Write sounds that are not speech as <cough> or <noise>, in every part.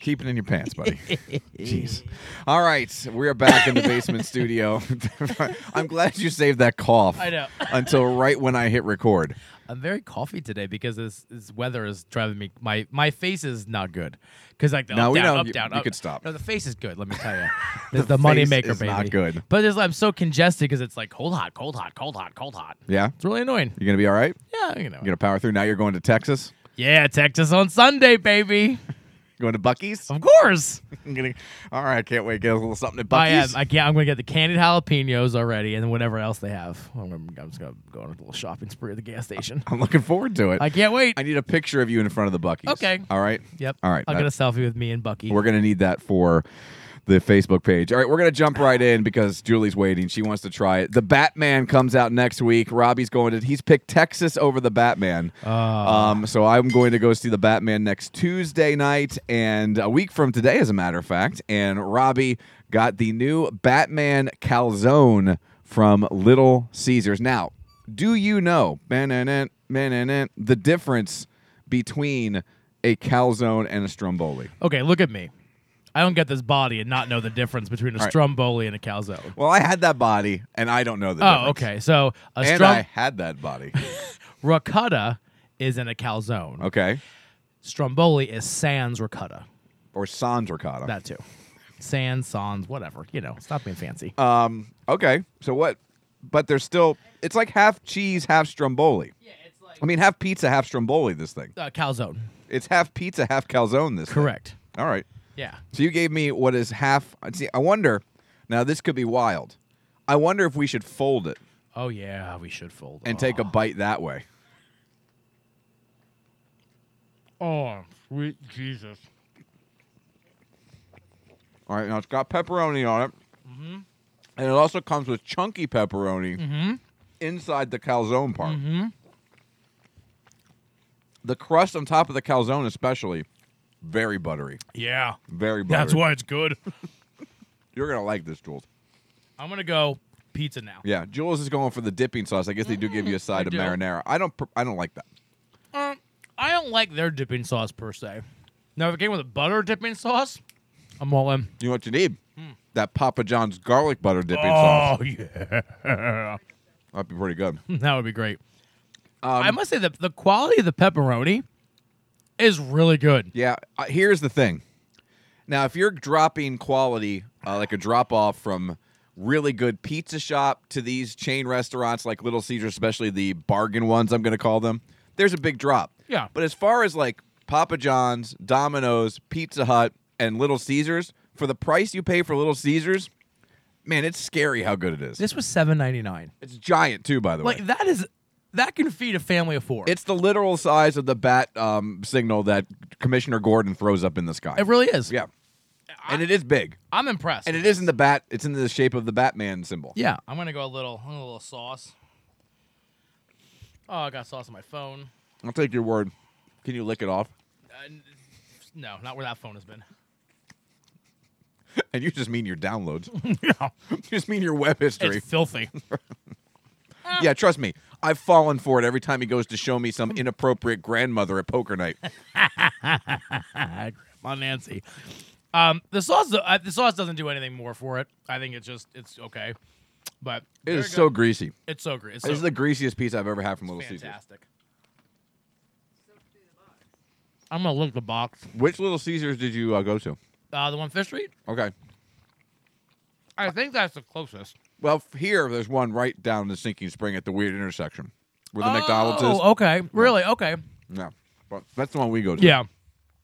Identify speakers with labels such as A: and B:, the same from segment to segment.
A: Keep it in your pants, buddy. Jeez. All right, we're back in the basement studio. <laughs> I'm glad you saved that cough.
B: I know.
A: Until right when I hit record.
B: I'm very coffee today because this, this weather is driving me. My my face is not good because like the
A: No,
B: up,
A: we
B: down,
A: know.
B: up
A: You-
B: down.
A: you
B: up-
A: could stop.
B: No, the face is good. Let me
A: <laughs>
B: tell you, the, the,
A: face
B: money maker
A: is
B: baby.
A: not good.
B: But it's, I'm so congested because it's like cold hot, cold hot, cold hot, cold hot.
A: Yeah?
B: It's really annoying.
A: You gonna be all right?
B: Yeah, you know.
A: You gonna power through? Now you're going to Texas?
B: Yeah, Texas on Sunday, baby.
A: Going to Bucky's?
B: Of
A: <laughs>
B: course.
A: I'm gonna- all right, can't wait. Get a little something at
B: I am.
A: Bucky's.
B: I can't, I'm going to get the candied jalapenos already and whatever else they have. I'm, gonna, I'm just going to go on a little shopping spree at the
A: <laughs>
B: gas station.
A: am looking forward to it.
B: I
A: I,
B: can't wait.
A: need a picture of you in front of the Bucky's.
B: Okay.
A: All right.
B: yep.
A: All right.
B: I'll
A: that-
B: get a selfie with me and Bucky.
A: We're gonna need that for the Facebook page. All right, we're gonna jump right in because Julie's waiting. She wants to try it. The Batman comes out next week. Robbie's going to he's picked Texas over the Batman. Um, so I'm going to go see the Batman next Tuesday night and a week from today, as a matter of fact. And Robbie got the new Batman calzone from Little Caesars. Now, do you know man, the difference between a calzone and a stromboli?
B: Okay, look at me. I don't get this body and not know the difference between a
A: right.
B: Stromboli and a calzone.
A: Well, I had that body, and I don't know the
B: Oh,
A: difference.
B: okay. So a
A: And
B: strom-
A: I had that
B: <laughs>
A: body.
B: ricotta is in a calzone.
A: Okay.
B: Stromboli is sans ricotta.
A: Or sans ricotta.
B: That too. Sans, sans, whatever. You know, stop being fancy.
A: um. Okay. So what? But there's still. It's like half cheese, half stromboli.
B: yeah, it's like
A: I mean, half pizza, half stromboli. This thing.
B: uh, calzone.
A: It's half pizza, half calzone. This. thing.
B: Correct.
A: All right.
B: Yeah.
A: So you gave me what is half. See, I wonder. Now this could be wild. I wonder if we should fold it
B: Oh yeah, we should fold.
A: and take a bite that way.
B: Oh, sweet Jesus.
A: All right, now it's got pepperoni on it,
B: Mm-hmm.
A: and it also comes with chunky pepperoni inside the calzone part.
B: Mm-hmm.
A: The crust on top of the calzone, especially, very buttery,
B: Yeah.
A: very buttery.
B: That's why it's good.
A: you're gonna like this, Jules.
B: I'm gonna go pizza now.
A: Yeah, Jules is going for the dipping sauce. I guess they do give you a side
B: Mm-hmm. they
A: of
B: do.
A: marinara. I don't. pr- I don't like that.
B: Um, I don't like their dipping sauce per se. Now, if it came with a butter dipping sauce, I'm all in.
A: You know what you need?
B: Hmm.
A: That Papa John's garlic butter dipping
B: Oh.
A: sauce.
B: yeah,
A: That'd be pretty good.
B: <laughs> that would be great.
A: Um,
B: I must say that the quality of the pepperoni is really good.
A: Yeah. Uh, here's the thing. Now, if you're dropping quality, uh, like a drop off from really good pizza shop to these chain restaurants like Little Caesars, especially the bargain ones, I'm going to call them, there's a big drop.
B: Yeah.
A: But as far as like Papa John's, Domino's, Pizza Hut, and Little Caesars, for the price you pay for Little Caesars, man, it's scary how good it is.
B: This was seven ninety nine.
A: it's giant too, by the way.
B: Like that is that can feed a family of four.
A: It's the literal size of the bat um, signal that Commissioner Gordon throws up in the sky.
B: it really is.
A: yeah. And it is big.
B: I'm impressed.
A: And it is in the bat. It's in the shape of the Batman symbol.
B: Yeah, I'm gonna go a little a little sauce. Oh, I got sauce on my phone.
A: I'll take your word. Can you lick it off? <laughs>
B: Uh, n- no, not where that phone has been. <laughs>
A: And you just mean your downloads. <laughs>
B: yeah,
A: you just mean your web history.
B: it's filthy.
A: yeah, trust me. I've fallen for it every time he goes to show me some inappropriate grandmother at poker
B: <laughs>
A: night.
B: Ah, Grandma Nancy. Um, the sauce, uh, the sauce doesn't do anything more for it. I think it's just it's okay, but
A: It
B: there
A: is
B: you
A: so
B: go.
A: greasy.
B: it's so great. It's so
A: This is the greasiest piece I've ever had from Little Caesars.
B: fantastic. I'm gonna look the box.
A: Which Little Caesars did you uh, go to?
B: Uh, the one Fish Street.
A: Okay.
B: I think that's the closest.
A: Well, f- here there's one right down the Sinking Spring at the weird intersection where the
B: oh,
A: McDonald's is.
B: okay, really, okay,
A: Yeah. But that's the one we go to.
B: yeah.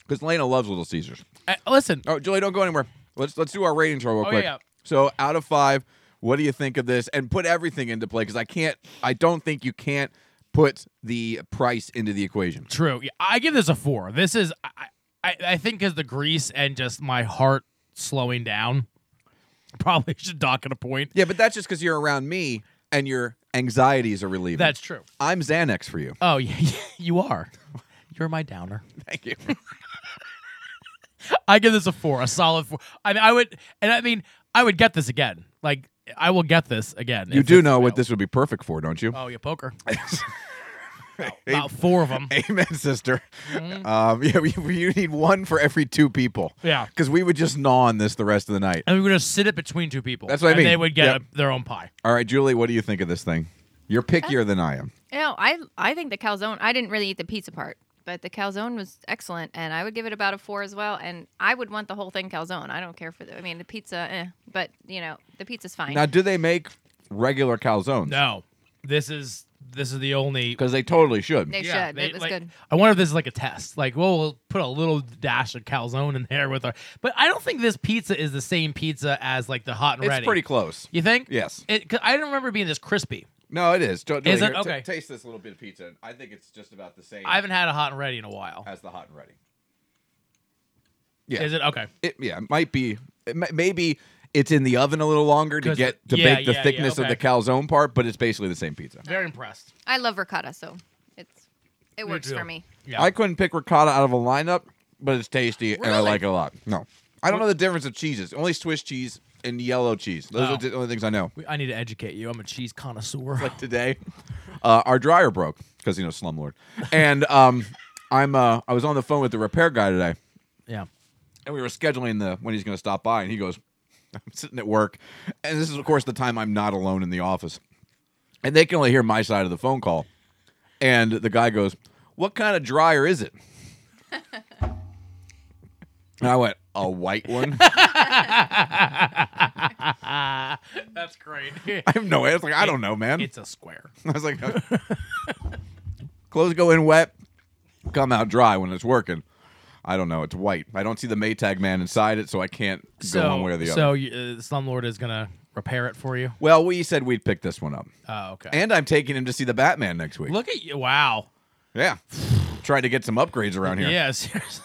A: Because Lena loves Little Caesars.
B: Uh, listen,
A: Oh, Julie, don't go anywhere. Let's let's do our rating show real
B: Oh,
A: quick.
B: yeah.
A: So out of five, what do you think of this? And put everything into play because I can't. I don't think you can't put the price into the equation.
B: True. Yeah, I give this a four. This is I I, I think because the grease and just my heart slowing down. <laughs> Probably should dock at a point.
A: Yeah, but that's just because you're around me and your anxieties are relieving.
B: That's true.
A: I'm Xanax for you.
B: Oh <laughs> yeah,
A: <laughs>
B: you are. You're my downer.
A: Thank you.
B: I give this a four, a solid four. I mean, I would, and I mean, I would get this again. Like I will get this again.
A: <laughs> you
B: if
A: do
B: it's
A: know what <laughs>
B: available.
A: this would be perfect for, don't you?
B: Oh yeah, poker. about four of them.
A: Amen, sister.
B: Mm-hmm.
A: Um, <laughs> yeah, we, we, you need one for every two people.
B: Yeah.
A: Because we would just gnaw on this the rest of the night.
B: And we would just sit it between two people.
A: That's what I
B: and
A: mean.
B: They would get
A: Yep.
B: a- their own pie.
A: All right, Julie, what do you think of this thing? You're pickier than I am.
C: You know, I I think the calzone. I didn't really eat the pizza part, but the calzone was excellent, and I would give it about a four as well. And I would want the whole thing calzone. I don't care for the. I mean, the pizza, eh, but you know, the pizza's fine.
A: Now, do they make regular calzones?
B: No, this is this is the only.
A: Because they totally should.
C: they should.
B: they-
C: it was
B: like-
C: good.
B: I wonder if this is like a test. Like, well, we'll put a little dash of calzone in there with our. But I don't think this pizza is the same pizza as like the hot and
A: it's
B: ready.
A: pretty close.
B: You think?
A: Yes.
B: It, 'cause I don't remember being this crispy.
A: No, it is. Ju- Julie,
B: Is it?
A: here, t-
B: Okay.
A: taste this little bit of pizza. I think it's just about the same
B: I haven't had a hot and ready in a while.
A: as the hot and ready. Yeah.
B: Is it okay?
A: It, yeah, it might be. It mi- maybe it's in the oven a little longer to
B: 'Cause
A: get
B: the-
A: to
B: yeah,
A: bake the
B: yeah, yeah,
A: thickness
B: okay.
A: of the calzone part, but it's basically the same pizza.
B: Very impressed.
C: I love ricotta, so it's it works
B: too.
C: for me.
B: Yeah.
A: I couldn't pick ricotta out of a lineup, but it's tasty and I
C: Really?
A: like it a lot. No, I don't know the difference of cheeses. Only Swiss cheese and yellow cheese. Those
B: Oh.
A: are the only things I know.
B: We- I need to educate you. I'm a cheese connoisseur.
A: Like today, uh, our dryer broke because you know slumlord, and um, I'm uh, I was on the phone with the repair guy today,
B: <laughs> yeah.
A: and we were scheduling the when he's going to stop by, and he goes, "I'm sitting at work," and this is of course the time I'm not alone in the office, and they can only hear my side of the phone call, and the guy goes, "What kind of dryer is it?" and I went, "A white one." <laughs>
B: That's great.
A: <laughs> I have no answer. Like I don't know, man.
B: <laughs> it's a square.
A: <laughs> I was like, clothes go in wet, come out dry when it's working. I don't know. It's white. I don't see the Maytag man inside it, so I can't go one way or the other.
B: So you- uh, Slumlord is gonna repair it for you.
A: Well, we said we'd pick this one up.
B: Oh, okay.
A: And I'm taking him to see the Batman next week.
B: Look at you! Wow.
A: Yeah. <sighs> Try to get some upgrades around <laughs> here.
B: Yeah. <laughs> Seriously.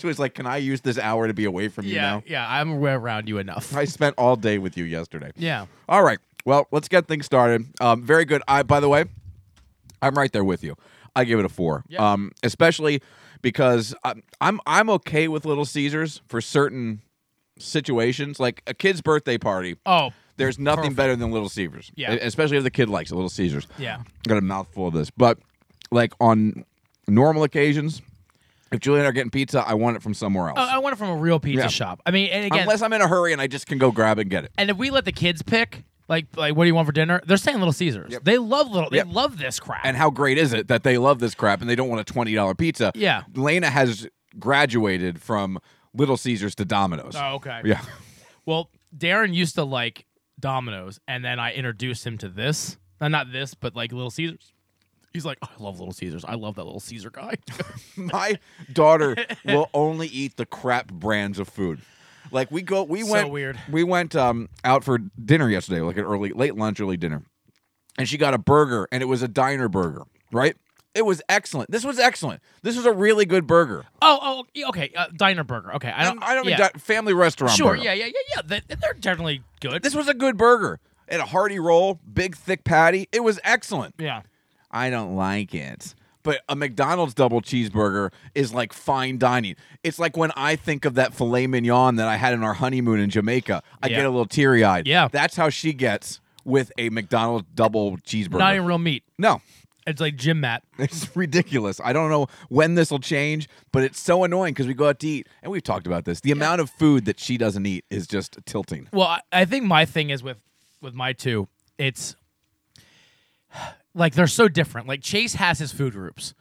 A: So he's like, Can I use this hour to be away from you
B: yeah.
A: now?
B: Yeah. I'm aware around you enough.
A: I spent all day with you yesterday.
B: yeah.
A: All right. Well, let's get things started. Um, very good. I, by the way, I'm right there with you. I give it a four.
B: Yeah.
A: Um, especially because I'm, I'm I'm okay with Little Caesars for certain situations, like a kid's birthday party.
B: Oh.
A: There's nothing
B: Perfect.
A: better than Little Caesars.
B: Yeah.
A: E- Especially if the kid likes it, Little Caesars.
B: Yeah.
A: Got a mouthful of this, but like on normal occasions, if Julie and I are getting pizza, I want it from somewhere else.
B: Oh, I want it from a real pizza
A: Yeah.
B: shop. I mean, and again,
A: Unless I'm in a hurry and I just can go grab it and get it.
B: and if we let the kids pick, like, like what do you want for dinner? They're saying Little Caesars.
A: Yep.
B: They love little.
A: Yep.
B: They love this crap.
A: and how great is it that they love this crap and they don't want a twenty dollar pizza?
B: Yeah.
A: Lena has graduated from Little Caesars to Domino's.
B: oh, okay.
A: Yeah, <laughs>
B: Well, Darren used to like Domino's, and then I introduced him to this. Uh, not this, but like Little Caesars. He's like, "Oh, I love Little Caesars. I love that Little Caesar guy. <laughs>
A: my daughter will only eat the crap brands of food. Like we go, we
B: So
A: went
B: weird.
A: We went um, out for dinner yesterday, like an early, late lunch, early dinner, and she got a burger, and it was a diner burger, right? It was excellent. This was excellent. This was a really good burger.
B: oh, oh, yeah, okay. Uh, Diner Burger. Okay, I don't.
A: I don't
B: yeah.
A: mean di- family restaurant.
B: Sure.
A: burger.
B: Yeah, yeah, yeah, yeah. They, they're definitely good.
A: This was a good burger. It had a hearty roll, big thick patty. It was excellent.
B: yeah.
A: I don't like it. But a McDonald's double cheeseburger is like fine dining. It's like when I think of that filet mignon that I had in our honeymoon in Jamaica, I
B: Yeah.
A: get a little teary eyed.
B: Yeah.
A: That's how she gets with a McDonald's double cheeseburger.
B: Not even real meat.
A: no, <laughs>
B: It's like gym mat.
A: it's ridiculous. I don't know when this will change, but it's so annoying because we go out to eat and we've talked about this. The amount of food that she doesn't eat is just tilting.
B: Well, I, I think my thing is with with my two, it's <sighs> like they're so different. Like Chase has his food groups: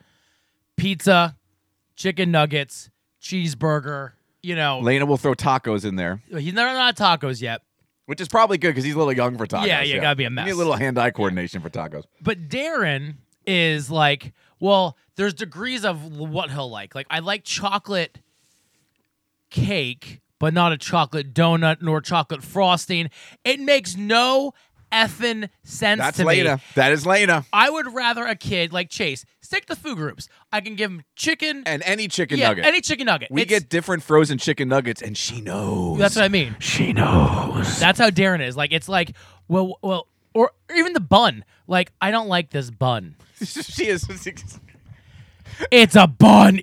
B: pizza, chicken nuggets, cheeseburger. You know,
A: Lena will throw tacos in there.
B: he's never not tacos yet.
A: Which is probably good because he's a little young for tacos.
B: Yeah, yeah, gotta be a
A: You
B: mess.
A: need a little hand-eye coordination for tacos.
B: But Darren is like, well, there's degrees of what he'll like. Like I like chocolate cake, but not a chocolate donut nor chocolate frosting. It makes no effing sense
A: That's
B: to me.
A: Lena. That is Lena.
B: I would rather a kid like Chase stick to food groups. I can give him chicken,
A: And any chicken
B: yeah,
A: nugget.
B: any chicken nugget.
A: we
B: It's-
A: get different frozen chicken nuggets, and she knows.
B: that's what I mean.
A: she knows. <laughs>
B: That's how Darren is. Like it's like well, well, or even the bun. Like I don't like this bun.
A: she is.
B: It's a bun,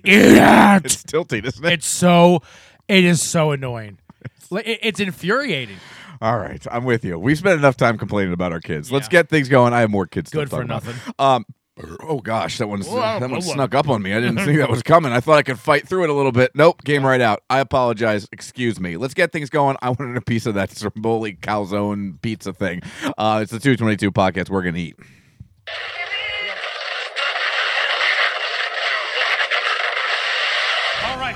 A: <laughs>
B: idiot.
A: It's tilting, isn't it? <laughs>
B: It's so, it is so annoying. Like, it- It's infuriating.
A: All All right, I'm with you. We've spent enough time complaining about our kids. Let's
B: Yeah.
A: get things going. I have more kids.
B: Good
A: stuff to
B: for
A: talk about.
B: nothing.
A: Um, oh gosh, that one's,
B: Whoa,
A: that one
B: whoa.
A: snuck up on me. I <laughs> didn't think that was coming. I thought I could fight through it a little bit. Nope, came right out. I apologize. Excuse me. Let's get things going. I wanted a piece of that Stromboli calzone pizza thing. Uh, it's the 222 podcast. We're gonna eat.
D: All right,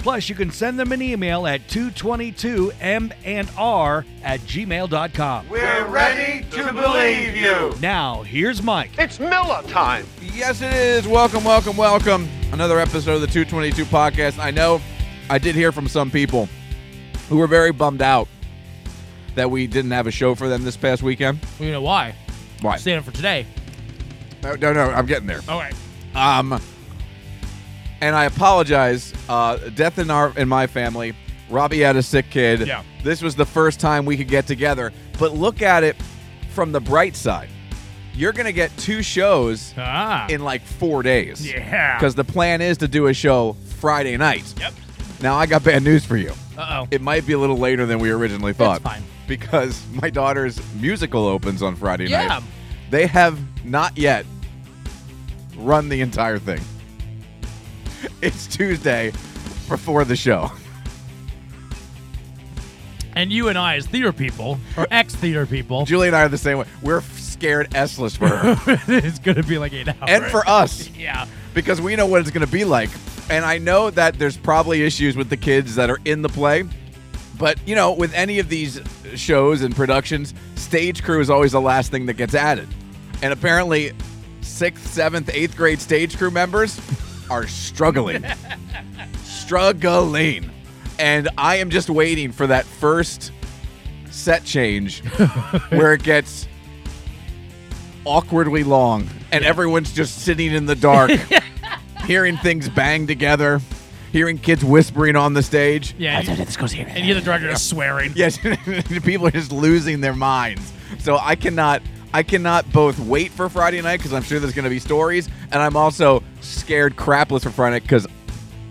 E: Plus, you can send them an email at 222m&r at gmail.com.
F: We're ready to believe you.
E: Now, here's Mike.
G: It's Miller time.
A: Yes, it is. Welcome, welcome, welcome. Another episode of the 222 podcast. I know I did hear from some people who were very bummed out that we didn't have a show for them this past weekend.
B: Well, you know why?
A: Why?
B: Stand up for today.
A: No, no, no I'm getting there.
B: All right.
A: Um, and I apologize. Uh, death in our in my family. Robbie had a sick kid.
B: Yeah.
A: This was the first time we could get together. But look at it from the bright side. You're gonna get two shows
B: Ah.
A: in like four days.
B: Yeah.
A: Because the plan is to do a show Friday night.
B: Yep.
A: Now I got bad news for you.
B: Uh oh.
A: It might be a little later than we originally thought.
B: fine.
A: Because my daughter's musical opens on Friday
B: Yeah.
A: night. They have not yet run the entire thing. It's Tuesday before the show. <laughs>
B: And you and I, as theater people, or ex theater people,
A: Julie and I are the same way. We're scared S-less for her
B: <laughs> it's going to be like eight hours.
A: and for us.
B: Yeah.
A: because we know what it's going to be like. And I know that there's probably issues with the kids that are in the play. But, you know, with any of these shows and productions, stage crew is always the last thing that gets added. And apparently, sixth, seventh, eighth grade stage crew members are struggling. struggling. And I am just waiting for that first set change where it gets awkwardly long and everyone's just sitting in the dark hearing things bang together hearing kids whispering on the stage
B: Yeah. And, this goes here. And you're the director
A: <laughs>
B: just swearing.
A: yes people are just losing their minds so i cannot i cannot both wait for friday night because i'm sure there's going to be stories and i'm also scared crapless for friday night because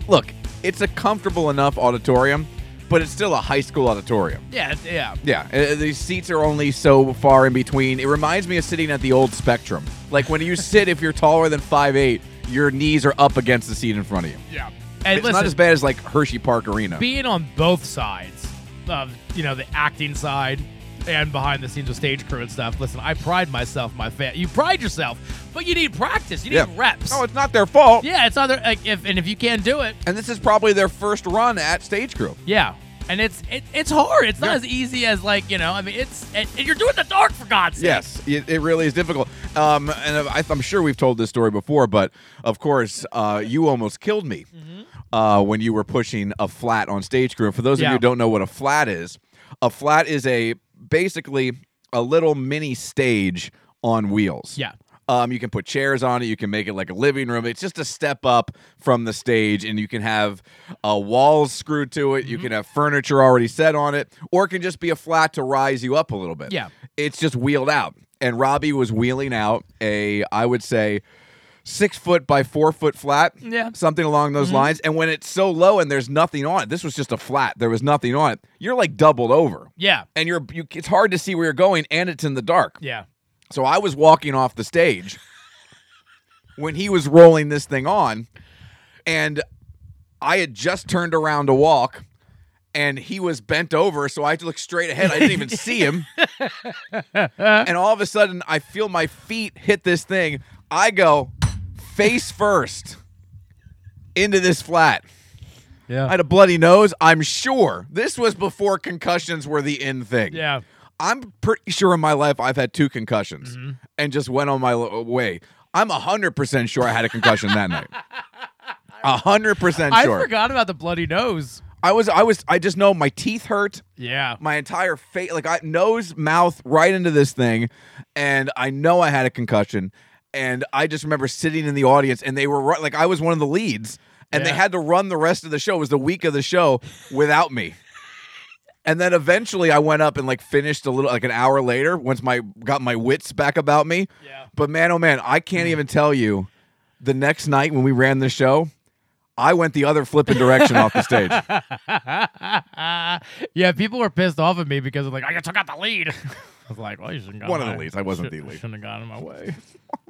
A: look it's a comfortable enough auditorium but it's still a high school auditorium
B: Yeah. Yeah.
A: yeah, uh, the seats are only so far in between. It reminds me of sitting at the old Spectrum. Like when you sit, if you're taller than 5'8", your knees are up against the seat in front of you.
B: Yeah. And
A: it's
B: listen,
A: not as bad as like Hershey Park Arena.
B: being on both sides of you know the acting side and behind the scenes with stage crew and stuff. Listen, I pride myself, my fan. You pride yourself, but you need practice. You need
A: Yeah.
B: reps.
A: No, it's not their fault.
B: yeah, it's other like if and if you can't do it,
A: And this is probably their first run at stage crew.
B: yeah. And it's it, it's hard. It's not
A: Yeah.
B: as easy as like you know. I mean, it's and and you're doing the dark for God's sake.
A: Yes, it, it really is difficult. Um, and I, I'm sure we've told this story before, but of course, uh, you almost killed me uh, when you were pushing a flat on stage crew. And for those of
B: Mm-hmm. Yeah.
A: you who don't know what a flat is, a flat is a basically a little mini stage on wheels.
B: Yeah.
A: Um, you can put chairs on it. You can make it like a living room. It's just a step up from the stage, and you can have uh, walls screwed to it. You
B: Mm-hmm.
A: can have furniture already set on it, or it can just be a flat to rise you up a little bit.
B: Yeah.
A: It's just wheeled out. And Robbie was wheeling out a, I would say, six foot by four foot flat.
B: Yeah. Mm-hmm.
A: Something along those lines. And when it's so low and there's nothing on it, this was just a flat, there was nothing on it, you're like doubled over.
B: Yeah.
A: And you're you, it's hard to see where you're going, and it's in the dark.
B: Yeah.
A: So I was walking off the stage when he was rolling this thing on, and I had just turned around to walk, and he was bent over, so I had to look straight ahead. I didn't even see him. and all of a sudden, I feel my feet hit this thing. I go face first into this flat.
B: Yeah.
A: I had a bloody nose, I'm sure. This was before concussions were the in thing.
B: Yeah. Mm-hmm.
A: I'm pretty sure in my life I've had two concussions and just went on my lo- way. I'm 100% sure I had a concussion that
B: <laughs>
A: night. 100%
B: I
A: sure.
B: forgot about the bloody nose.
A: I was I was I just know my teeth hurt.
B: Yeah.
A: my entire face, like I nose, mouth, right into this thing, and I know I had a concussion, and I just remember sitting in the audience, and they were ru- like, I was one of the leads, and they
B: Yeah.
A: had to run the rest of the show. It was the week of the show without me. And then eventually I went up and like finished a little like an hour later once my got my wits back about me.
B: Yeah. Mm.
A: But man oh man, I can't even tell you the next night when we ran the show, I went the other flipping direction off the
B: <laughs>
A: stage.
B: yeah, people were pissed off at me because of like I took out the lead. <laughs> I was like, well, you shouldn't
A: One of the leads. I wasn't the lead.
B: Shouldn't have gone in my way.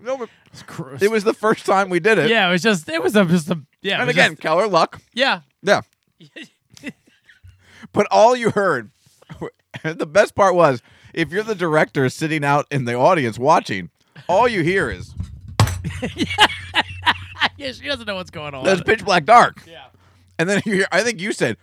A: No, but
B: It's cr-
A: it was the first time we did it.
B: yeah, it was just it was a, just a yeah. it
A: And
B: was
A: again,
B: just-
A: Keller luck.
B: yeah,
A: Yeah. <laughs> but all you heard, <laughs> the best part was if you're the director sitting out in the audience watching, all you hear is
B: yeah. She doesn't know what's going on.
A: that's pitch black dark.
B: Yeah.
A: And then you hear, I think you said,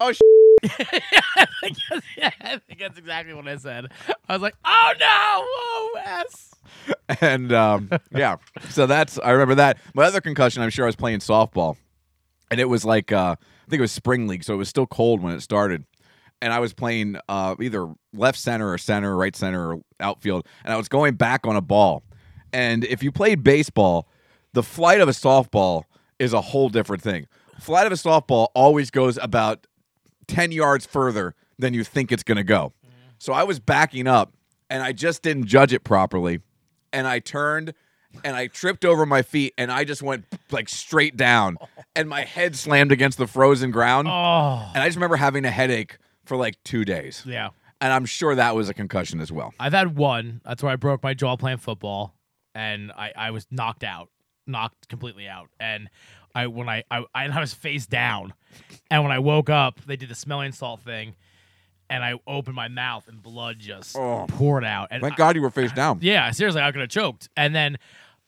A: oh, sh-.
B: <laughs> yeah, I think that's exactly what I said. I was like, oh no, oh S.
A: <laughs> and um, yeah. So that's, I remember that. My other concussion, I'm sure I was playing softball. And it was like, uh, I think it was spring league. So it was still cold when it started. And I was playing uh, either left center or center, right center or outfield. And I was going back on a ball. And if you played baseball, the flight of a softball is a whole different thing. Flight of a softball always goes about 10 yards further than you think it's going to go. So I was backing up and I just didn't judge it properly. And I turned and I tripped over my feet and I just went like straight down and my head slammed against the frozen ground.
B: Oh
A: And I just remember having a headache for like two days.
B: yeah.
A: And I'm sure that was a concussion as well.
B: I've had one. That's where I broke my jaw playing football, and I, I was knocked out, knocked completely out. And I when I I, I, and I was face down, and when I woke up, they did the smelling salt thing, and I opened my mouth and blood just
A: Oh.
B: poured out. And
A: Thank
B: I-
A: God you were face down.
B: yeah, seriously, I could have choked. And then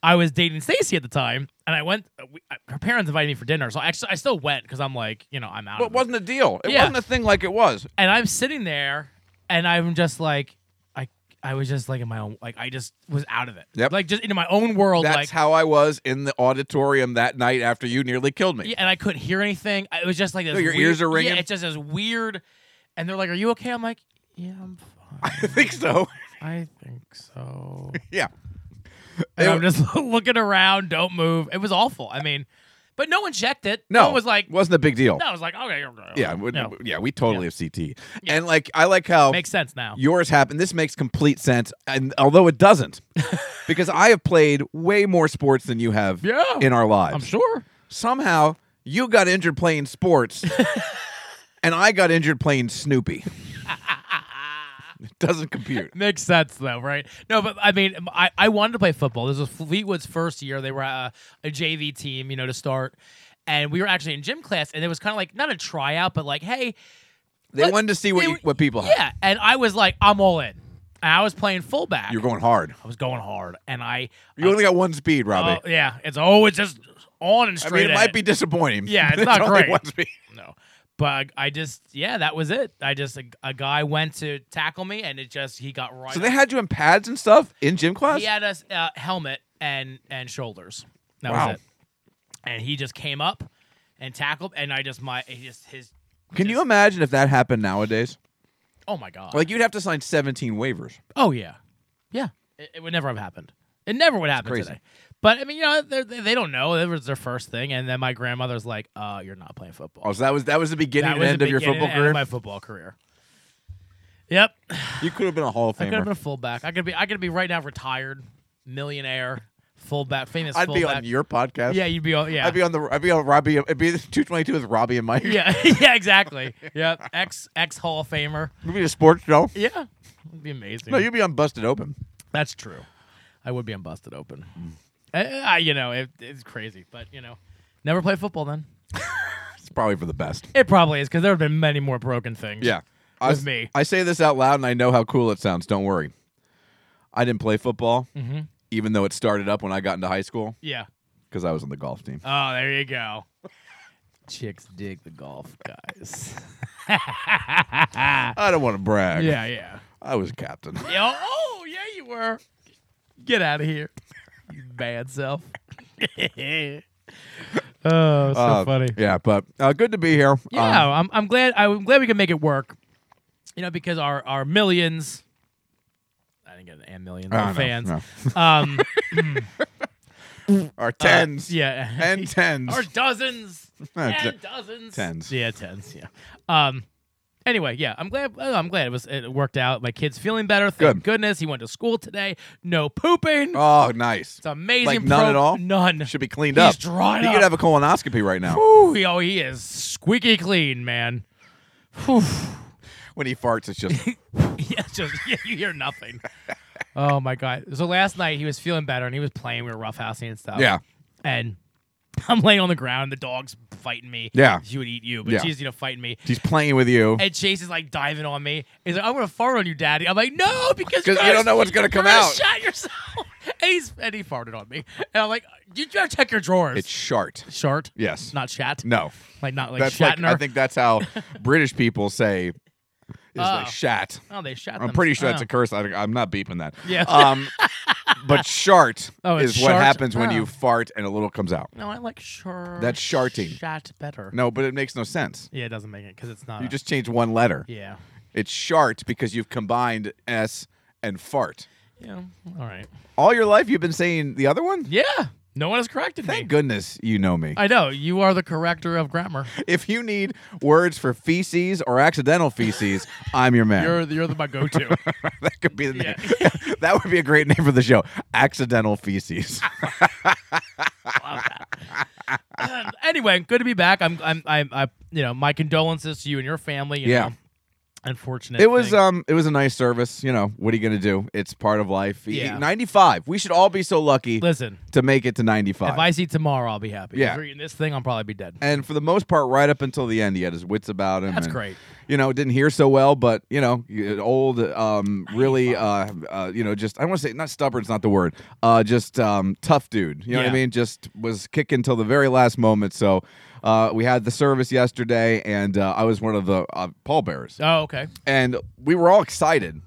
B: I was dating Stacy at the time, and I went. uh, We, her parents invited me for dinner, so I actually I still went because I'm like, you know, I'm out.
A: But
B: of
A: it
B: this.
A: wasn't a deal. It
B: Yeah.
A: wasn't a thing like it was.
B: and I'm sitting there, and I'm just like, I, I was just like in my own, like I just was out of it,
A: Yep.
B: like just into my own world,
A: That's
B: like,
A: how I was in the auditorium that night after you nearly killed me.
B: yeah, and I couldn't hear anything. I- It was just like this.
A: your
B: weird-
A: ears are ringing?
B: Yeah, it's just this weird, and they're like, "Are you okay?" I'm like, "Yeah, I'm fine.
A: <laughs> I think so. <laughs>
B: I think so."
A: yeah.
B: And
A: It-
B: I'm just <laughs> looking around, don't move. It was awful. I mean, but no one checked it.
A: No,
B: one was like,
A: wasn't a big deal.
B: no, I was like, okay, okay,
A: Yeah,
B: okay.
A: we,
B: No.
A: yeah, we totally
B: Yeah.
A: have CT. And like, I like how
B: makes sense now.
A: yours happened. This makes complete sense, and although it
B: <laughs>
A: doesn't, because I have played way more sports than you have
B: Yeah.
A: in our lives.
B: I'm sure.
A: Somehow you got injured playing
B: <laughs>
A: sports, and I got injured playing Snoopy. it doesn't compute.
B: Makes sense though, right? No, but I mean, I, I wanted to play football. This was Fleetwood's first year. They were a, a JV team, you know, to start, and we were actually in gym class, and it was kind of like not a tryout, but like, hey,
A: They
B: What-
A: wanted to see what
B: they-
A: you, what people have.
B: yeah. And I was like, I'm all in. And I was playing fullback.
A: You're going hard.
B: I was going hard, and I.
A: You only got one speed,
B: I-
A: Robbie.
B: oh, yeah, it's always just on and
A: I
B: straight.
A: mean, it
B: at
A: might be disappointing. <laughs>
B: Yeah, it's
A: There's
B: not
A: only
B: great.
A: one speed.
B: No. But I just, yeah, that was it. I just, a, a guy went to tackle me, and it just, he got right.
A: So they had you in pads and stuff in gym class.
B: he had us uh, helmet and and shoulders. That
A: Wow.
B: was it. And he just came up and tackled, and I just my he just his.
A: Can you
B: just-
A: imagine if that happened nowadays?
B: Oh my god!
A: Like you'd have to sign 17 waivers.
B: oh yeah, yeah. It, it would never have happened. It never would happen
A: crazy.
B: today. But I mean, you know, they're- they they don't know. It was their first thing, and then my grandmother's like, "Uh, you're not playing football."
A: Oh, so that was that was the beginning
B: that
A: and
B: was
A: end
B: the
A: of your
B: beginning
A: football
B: and end
A: career.
B: of my football career. Yep, <laughs>
A: You could have been a Hall of
B: I could have been
A: Famer.
B: a fullback. I could be. I could be right now retired, millionaire, fullback, famous.
A: I'd be
B: fullback.
A: on your podcast.
B: Yeah, you'd be on. Yeah,
A: I'd be on the I'd be on Robbie. It'd be 222 with Robbie and Mike.
B: Yeah, <laughs> yeah, exactly. Yeah, ex ex Hall of Famer.
A: You'd be a sports show.
B: Yeah, would be amazing.
A: No, you'd be on Busted Open.
B: That's true. I would be on busted open.
A: Mm.
B: I, I, you know, it, it's crazy, but you know, never play football. Then
A: It's probably for the best.
B: it probably is because there have been many more broken things.
A: Yeah, I,
B: With
A: s-
B: me.
A: I say this out loud, and I know how cool it sounds. Don't worry. I didn't play football,
B: Mm-hmm.
A: even though it started up when I got into high school
B: yeah.
A: because I was on the golf team.
B: Oh, there you go. Chicks dig the golf, guys.
A: I don't want to brag.
B: <laughs> Ah. yeah, yeah.
A: I was captain.
B: Yo, oh, yeah, <laughs> you were. Get out of here. Bad <laughs> self. oh, so
A: Uh,
B: funny.
A: Yeah, but uh, good to be here.
B: Yeah,
A: Um,
B: I'm, I'm glad I'm glad we can make it work. You know, because our our millions, I didn't get an and millions
A: I
B: our
A: don't know,
B: fans.
A: no. <laughs>
B: Um, hmm. Uh,
A: Our tens.
B: yeah,
A: And tens. <laughs>
B: or dozens
A: Uh,
B: and
A: t-
B: dozens.
A: tens.
B: Yeah, tens. Yeah. Um. Anyway, yeah, I'm glad. oh, I'm glad it was it worked out. My kid's feeling better. Thank
A: Good.
B: goodness he went to school today. No pooping.
A: oh, nice.
B: it's amazing.
A: Like none
B: pro-
A: at all?
B: None.
A: Should be cleaned
B: He's
A: up.
B: dried
A: he
B: up.
A: could have a colonoscopy right now.
B: Whew, he- oh, he is squeaky clean, man. Whew.
A: when he farts, it's
B: <laughs>
A: just
B: yeah, it's just yeah, you hear nothing. oh my god! So last night he was feeling better and he was playing. We were roughhousing and stuff.
A: Yeah.
B: And <laughs> I'm laying on the ground. The dog's fighting me.
A: Yeah.
B: She would eat you, but
A: Yeah.
B: she's you know fighting me.
A: he's playing with you.
B: And Chase is like diving on me. He's like, "I'm gonna fart on you, Daddy." I'm like, "No, because
A: 'Cause you
B: gonna-
A: don't know what's gonna come
B: you're
A: out."
B: Shot yourself. <laughs> and he's and he farted on me. And I'm like, "You gotta check your drawers."
A: It's shart.
B: short.
A: Yes.
B: Not shat.
A: No.
B: Like not like
A: that's
B: Shatner.
A: like I think that's
B: <laughs>
A: how British people say is like
B: Oh.
A: shat.
B: Oh, they shat.
A: I'm pretty sure that's a curse. I, I'm not beeping that.
B: Yeah.
A: Um,
B: <laughs>
A: but shart
B: Oh,
A: is
B: it's
A: what
B: shart?
A: happens when
B: Oh.
A: you fart and a little comes out.
B: No, I like sure.
A: That's sharting.
B: Shat better.
A: No, but it makes no sense.
B: Yeah, it doesn't make it because it's not.
A: You
B: a-
A: just change one letter.
B: yeah.
A: It's shart because you've combined s and fart.
B: Yeah. All right.
A: All your life you've been saying the other one.
B: Yeah. No one has corrected me.
A: Thank goodness you know me.
B: I know you are the corrector of
A: <laughs>
B: grammar.
A: if you need words for feces or accidental feces, I'm your man.
B: You're you're the my go-to.
A: <laughs> that could be the name. <laughs>
B: Yeah.
A: that would be a great name for the show. Accidental
B: <laughs>
A: feces.
B: anyway, good to be back. I'm I'm I'm I, you know my condolences to you and your family. you
A: Yeah.
B: know. Unfortunate.
A: it was
B: thing.
A: um it was a nice service, you know. What are you going to do? It's part of life. Y-
B: Yeah.
A: 95. We should all be so lucky
B: Listen,
A: to make it to 95.
B: if I see tomorrow, I'll be happy.
A: Yeah.
B: If you're eating this thing, I'll probably be dead.
A: and for the most part right up until the end he had his wits about him.
B: That's
A: and,
B: great.
A: You know, didn't hear so well, but you know, you- old um really uh, uh you know, just I want to say not stubborn's not the word. Uh just um tough dude. You know what I
B: Yeah.
A: mean? Just was kicking till the very last moment. So uh, we had the service yesterday, and uh, I was one of the uh, pallbearers
B: Oh, okay.
A: and we were all excited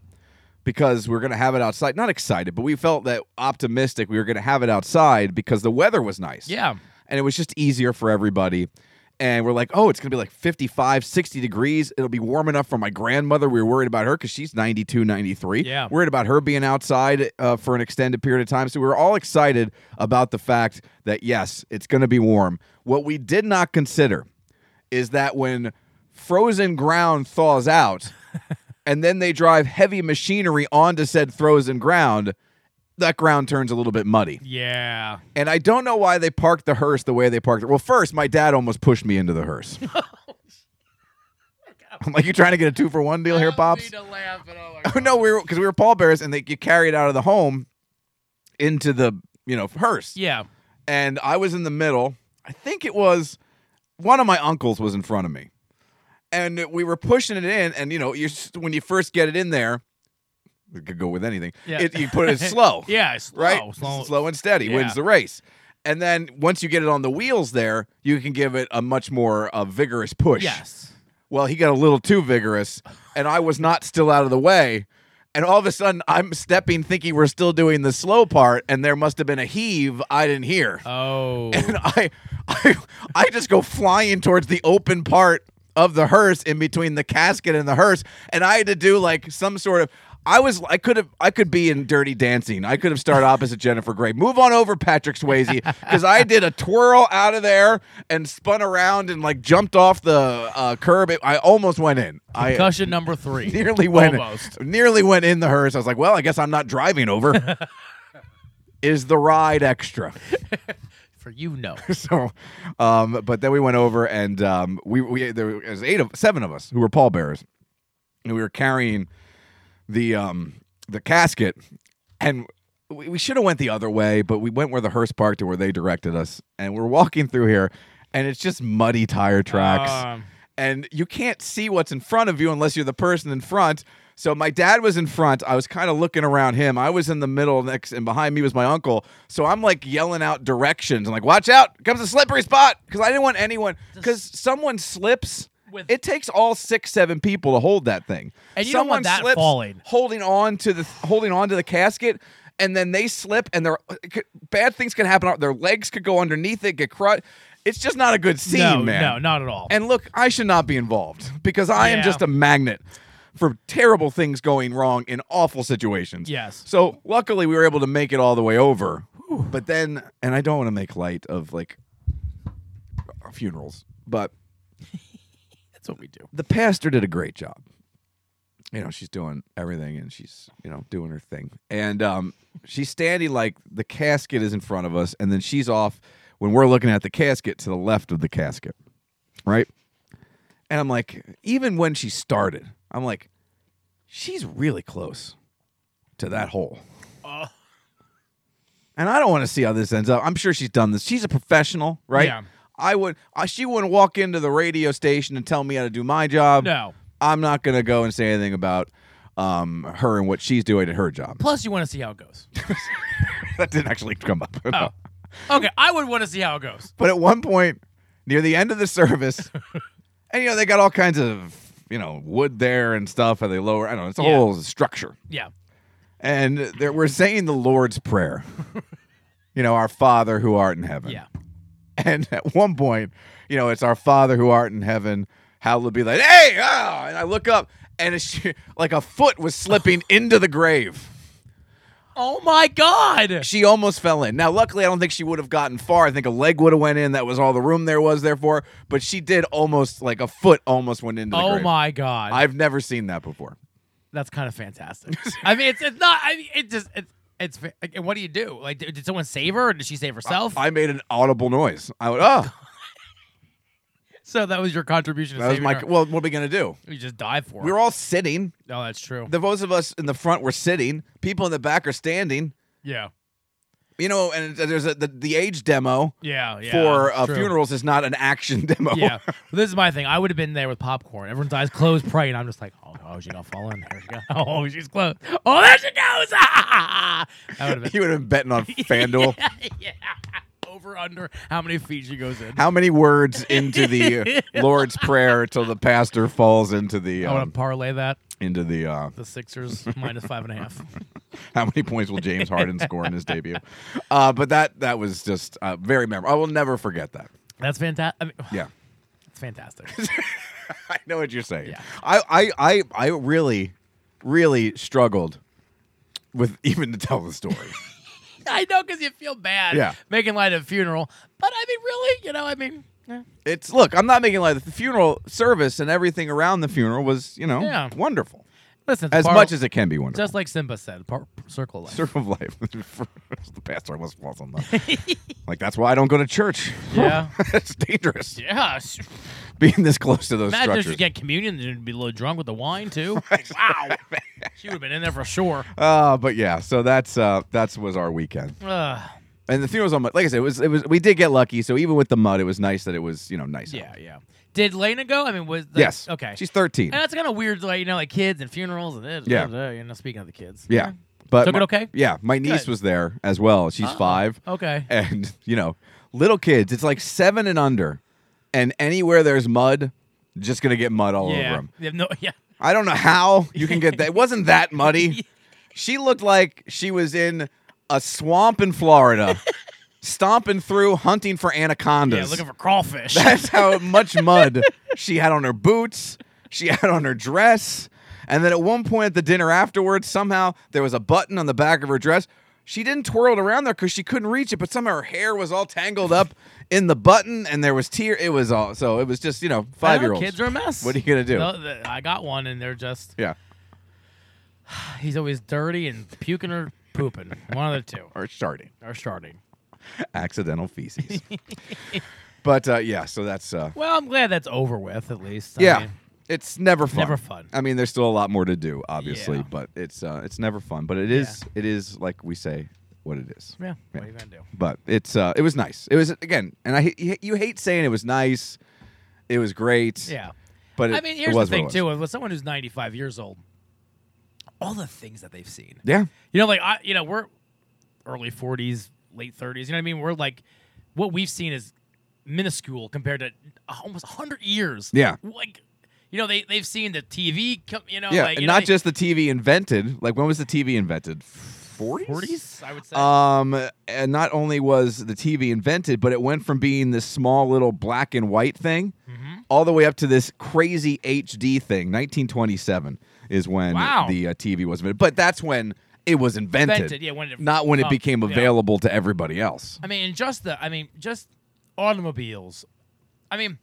A: because we were going to have it outside. Not excited, but we felt that optimistic we were going to have it outside because the weather was nice.
B: Yeah.
A: And it was just easier for everybody. And we're like, oh, it's going to be like 55, 60 degrees. It'll be warm enough for my grandmother. We were worried about her because she's 92, 93.
B: Yeah.
A: Worried about her being outside uh, for an extended period of time. So we were all excited about the fact that, yes, it's going to be warm. What we did not consider is that when frozen ground thaws
B: <laughs>
A: out and then they drive heavy machinery onto said frozen ground, that ground turns a little bit muddy.
B: Yeah.
A: And I don't know why they parked the hearse the way they parked it. Well, first, my dad almost pushed me into the
B: <laughs>
A: hearse.
B: Oh,
A: I'm like, you trying to get a two for one deal here, Pops? Oh, <laughs> no, we were because we were pallbearers and they you carried out of the home into the you know hearse
B: Yeah.
A: and I was in the middle. I think it was one of my uncles was in front of me, and we were pushing it in. And you know, you s- when you first get it in there, it could go with anything.
B: Yeah.
A: It, you put
B: <laughs>
A: it slow,
B: Yeah. Slow,
A: right?
B: Slow.
A: and steady
B: Oh, Yeah.
A: wins the race. And then once you get it on the wheels, there you can give it a much more uh, vigorous push.
B: Yes.
A: Well, he got a little too vigorous, and I was not still out of the way. And all of a sudden, I'm stepping, thinking we're still doing the slow part, and there must have been a heave I didn't hear
B: Oh.
A: and I, I, I just go flying towards the open part of the hearse in between the casket and the hearse, and I had to do like some sort of. I was I could have I could be in Dirty Dancing. I could have started opposite Jennifer Grey. Move on over Patrick Swayze because I did a twirl out of there and spun around and like jumped off the uh, curb. It- I almost went in. I
B: Concussion
A: <laughs>
B: number three.
A: nearly went
B: Almost.
A: nearly went in the hearse. I was like, well, I guess I'm not driving
B: <laughs>
A: over. Is the ride extra?
B: For you,
A: <laughs>
B: no.
A: so um but then we went over and um we we there was eight of seven of us who were pallbearers and we were carrying the um the casket and we, we should have went the other way but we went where the hearse parked and where they directed us and we're walking through here and it's just muddy tire tracks
B: Um.
A: and you can't see what's in front of you unless you're the person in front so my dad was in front. I was kind of looking around him. I was in the middle next, and behind me was my uncle. So I'm like yelling out directions. I'm like, "Watch out! Comes a slippery spot!" Because I didn't want anyone. Because someone slips,
B: With-
A: it takes all six, seven people to hold that thing.
B: And you don't
A: someone
B: want that
A: slips,
B: falling.
A: holding on to the holding on to the casket. and then they slip, and their it could- bad things could happen. Their legs could go underneath it, get crud. It's just not a good scene,
B: no,
A: man.
B: no, not at all.
A: And look, I should not be involved because I am
B: Yeah.
A: just a magnet for terrible things going wrong in awful situations.
B: Yes.
A: So luckily, we were able to make it all the way over. But then, and I don't want to make light of like funerals, but
B: <laughs> That's what we do.
A: the pastor did a great job. You know, she's doing everything and she's, you know, doing her thing. And um, she's standing like the casket is in front of us, and then she's off when we're looking at the casket to the left of the casket. Right? And I'm like, even when she started, I'm like, she's really close to that hole.
B: Oh.
A: And I don't want to see how this ends up. I'm sure she's done this. She's a professional, right?
B: Yeah.
A: I would. I, she wouldn't walk into the radio station and tell me how to do my job.
B: No.
A: I'm not going to go and say anything about um, her and what she's doing at her job. <laughs>
B: Plus, you want to see how it goes.
A: that didn't actually come up.
B: Oh. Okay, I would want to see how it goes.
A: But at one point, near the end of the
B: <laughs>
A: service, and you know they got all kinds of you know wood there and stuff, and they lower. I don't know. It's a
B: Yeah.
A: whole structure.
B: Yeah.
A: and there, we're saying the Lord's
B: <laughs>
A: Prayer. you know, our Father who art in heaven.
B: Yeah.
A: And at one point, you know, it's our Father who art in heaven. Hallowed be like, hey, ah! and I look up, and it's <laughs> she- like a foot was slipping into the grave.
B: Oh my God.
A: She almost fell in. Now, luckily, I don't think she would have gotten far. I think a leg would have went in. That was all the room there was there for. her. But she did almost like a foot almost went into the
B: Oh
A: grave.
B: my God.
A: I've never seen that before.
B: That's kind
A: <laughs>
B: of fantastic. I mean, it's, it's not. I mean, it just it's it's. fa- Like, and what do you do? Like, did, did someone save her, or did she save herself?
A: I made an audible noise. I went,
B: <laughs>
A: oh,
B: so that was your contribution. To
A: that was
B: saving
A: my.
B: her.
A: Well, what are we gonna do?
B: you just dive for.
A: We
B: her.
A: were all sitting.
B: No, that's true.
A: the both of us in the front were sitting. People in the back are standing.
B: yeah,
A: You know, and there's a, the the age demo
B: yeah, yeah.
A: for
B: that's
A: uh,
B: true.
A: funerals is not an action <laughs> demo.
B: Yeah, well, this is my thing. I would have been there with popcorn. Everyone's eyes closed, praying. I'm just like, oh, oh she's gonna fall in. There she go. <laughs> Oh, she's close. Oh, there she goes. <laughs> Ah! That would have
A: you would have been betting
B: <laughs>
A: on Fanduel.
B: been. <laughs> yeah. Over under how many feet she goes in.
A: How many words into the uh, Lord's Prayer till the pastor falls into the
B: I want
A: um,
B: to parlay that.
A: into the uh, <laughs>
B: The Sixers minus five and a half.
A: how many points will James Harden score in his debut? Uh, but that that was just uh, very memorable. I will never forget that.
B: That's fantastic. I mean, <laughs>
A: Yeah. <laughs>
B: it's fantastic.
A: I know what you're saying.
B: Yeah.
A: I, I, I, I really, really struggled with <laughs> even to tell the story.
B: I know because you feel bad
A: Yeah.
B: making light of a funeral. But I mean, really, you know, I mean, eh,
A: it's look, I'm not making light. of it. The funeral service and everything around the funeral was, you know,
B: Yeah.
A: wonderful
B: listen, it's
A: as
B: part-
A: much as it can be wonderful.
B: just like Simba said, part, circle of life.
A: Circle of life. <laughs> the pastor almost falls on
B: <laughs>
A: that. like that's why I don't go to church.
B: Yeah.
A: <laughs> it's dangerous
B: yeah. s-
A: being this close to those
B: Imagine if
A: structures.
B: she get communion and she'd be a little drunk with the
A: <laughs>
B: wine too. wow, she would have been in there for sure.
A: uh, but yeah, so that's uh, that's was our weekend.
B: Ugh.
A: And the funeral was on mud. Like I said, it was it was we did get lucky. So even with the mud, it was nice that it was you know nice. out.
B: yeah, yeah. Did Lena go? I mean, was the,
A: Yes.
B: okay?
A: She's 13.
B: and that's kind of weird, like you know, like kids and funerals and this.
A: Yeah.
B: blah, blah, You know, speaking of the kids.
A: yeah. But
B: Took it
A: my-
B: okay?
A: Yeah, my niece
B: Good. Ah,
A: was there as well. She's five.
B: Okay.
A: And you know, little kids, it's like seven and under, and anywhere there's mud, just gonna get mud all over
B: yeah.
A: them.
B: They have No. <laughs> Yeah.
A: I don't know how you can get that. It wasn't
B: <laughs>
A: that muddy. She looked like she was in a swamp in
B: <laughs>
A: Florida, stomping through, hunting for anacondas. <laughs>
B: Yeah. Looking for crawfish.
A: That's how much mud she had on her boots, she had on her dress. And then at one point at the dinner afterwards, somehow there was a button on the back of her dress. She didn't twirl it around there because she couldn't reach it, but somehow her hair was all tangled up in the button and there was tear. It was all so it was just, you know,
B: I
A: five
B: know,
A: year olds.
B: Kids are a mess.
A: What are you gonna do?
B: No, th- I got one, and they're just
A: Yeah.
B: he's always dirty and puking or pooping. one of
A: <laughs>
B: the two
A: Or starting.
B: are starting.
A: Accidental
B: <laughs>
A: feces. but uh, yeah, so that's uh
B: Well, I'm glad that's over with at least. I
A: Yeah.
B: mean,
A: it's never fun.
B: Never fun.
A: I mean, there's still a lot more to do, obviously,
B: Yeah.
A: but it's uh, it's never fun. But it is it is like we say what it is.
B: yeah. What are you gonna do?
A: But it's uh, it was nice. It was again, and I you- you hate saying it was nice. It was great.
B: Yeah.
A: But it,
B: I mean,
A: it
B: here's the
A: was what it
B: thing
A: was.
B: too: with someone who's 95 years old, all the things that they've seen.
A: Yeah.
B: You know, like I, you know, we're early 40s, late 30s. You know what I mean? We're like, what we've seen is minuscule compared to almost 100 years.
A: Yeah.
B: Like, you know, they they've seen the TV. com- You know,
A: Yeah,
B: like, you
A: and
B: know,
A: not
B: they-
A: just the TV invented. Like when was the TV invented? 40s?
B: 40s, I would say.
A: Um, and not only was the TV invented, but it went from being this small little black and white thing
B: Mm-hmm.
A: all the way up to this crazy HD thing. 1927 is when
B: Wow.
A: the uh, TV was invented, but that's when it was invented.
B: Invented, yeah, when it-
A: not when it
B: oh,
A: became
B: yeah.
A: available to everybody else.
B: I mean, and just the, I mean, just automobiles. I mean,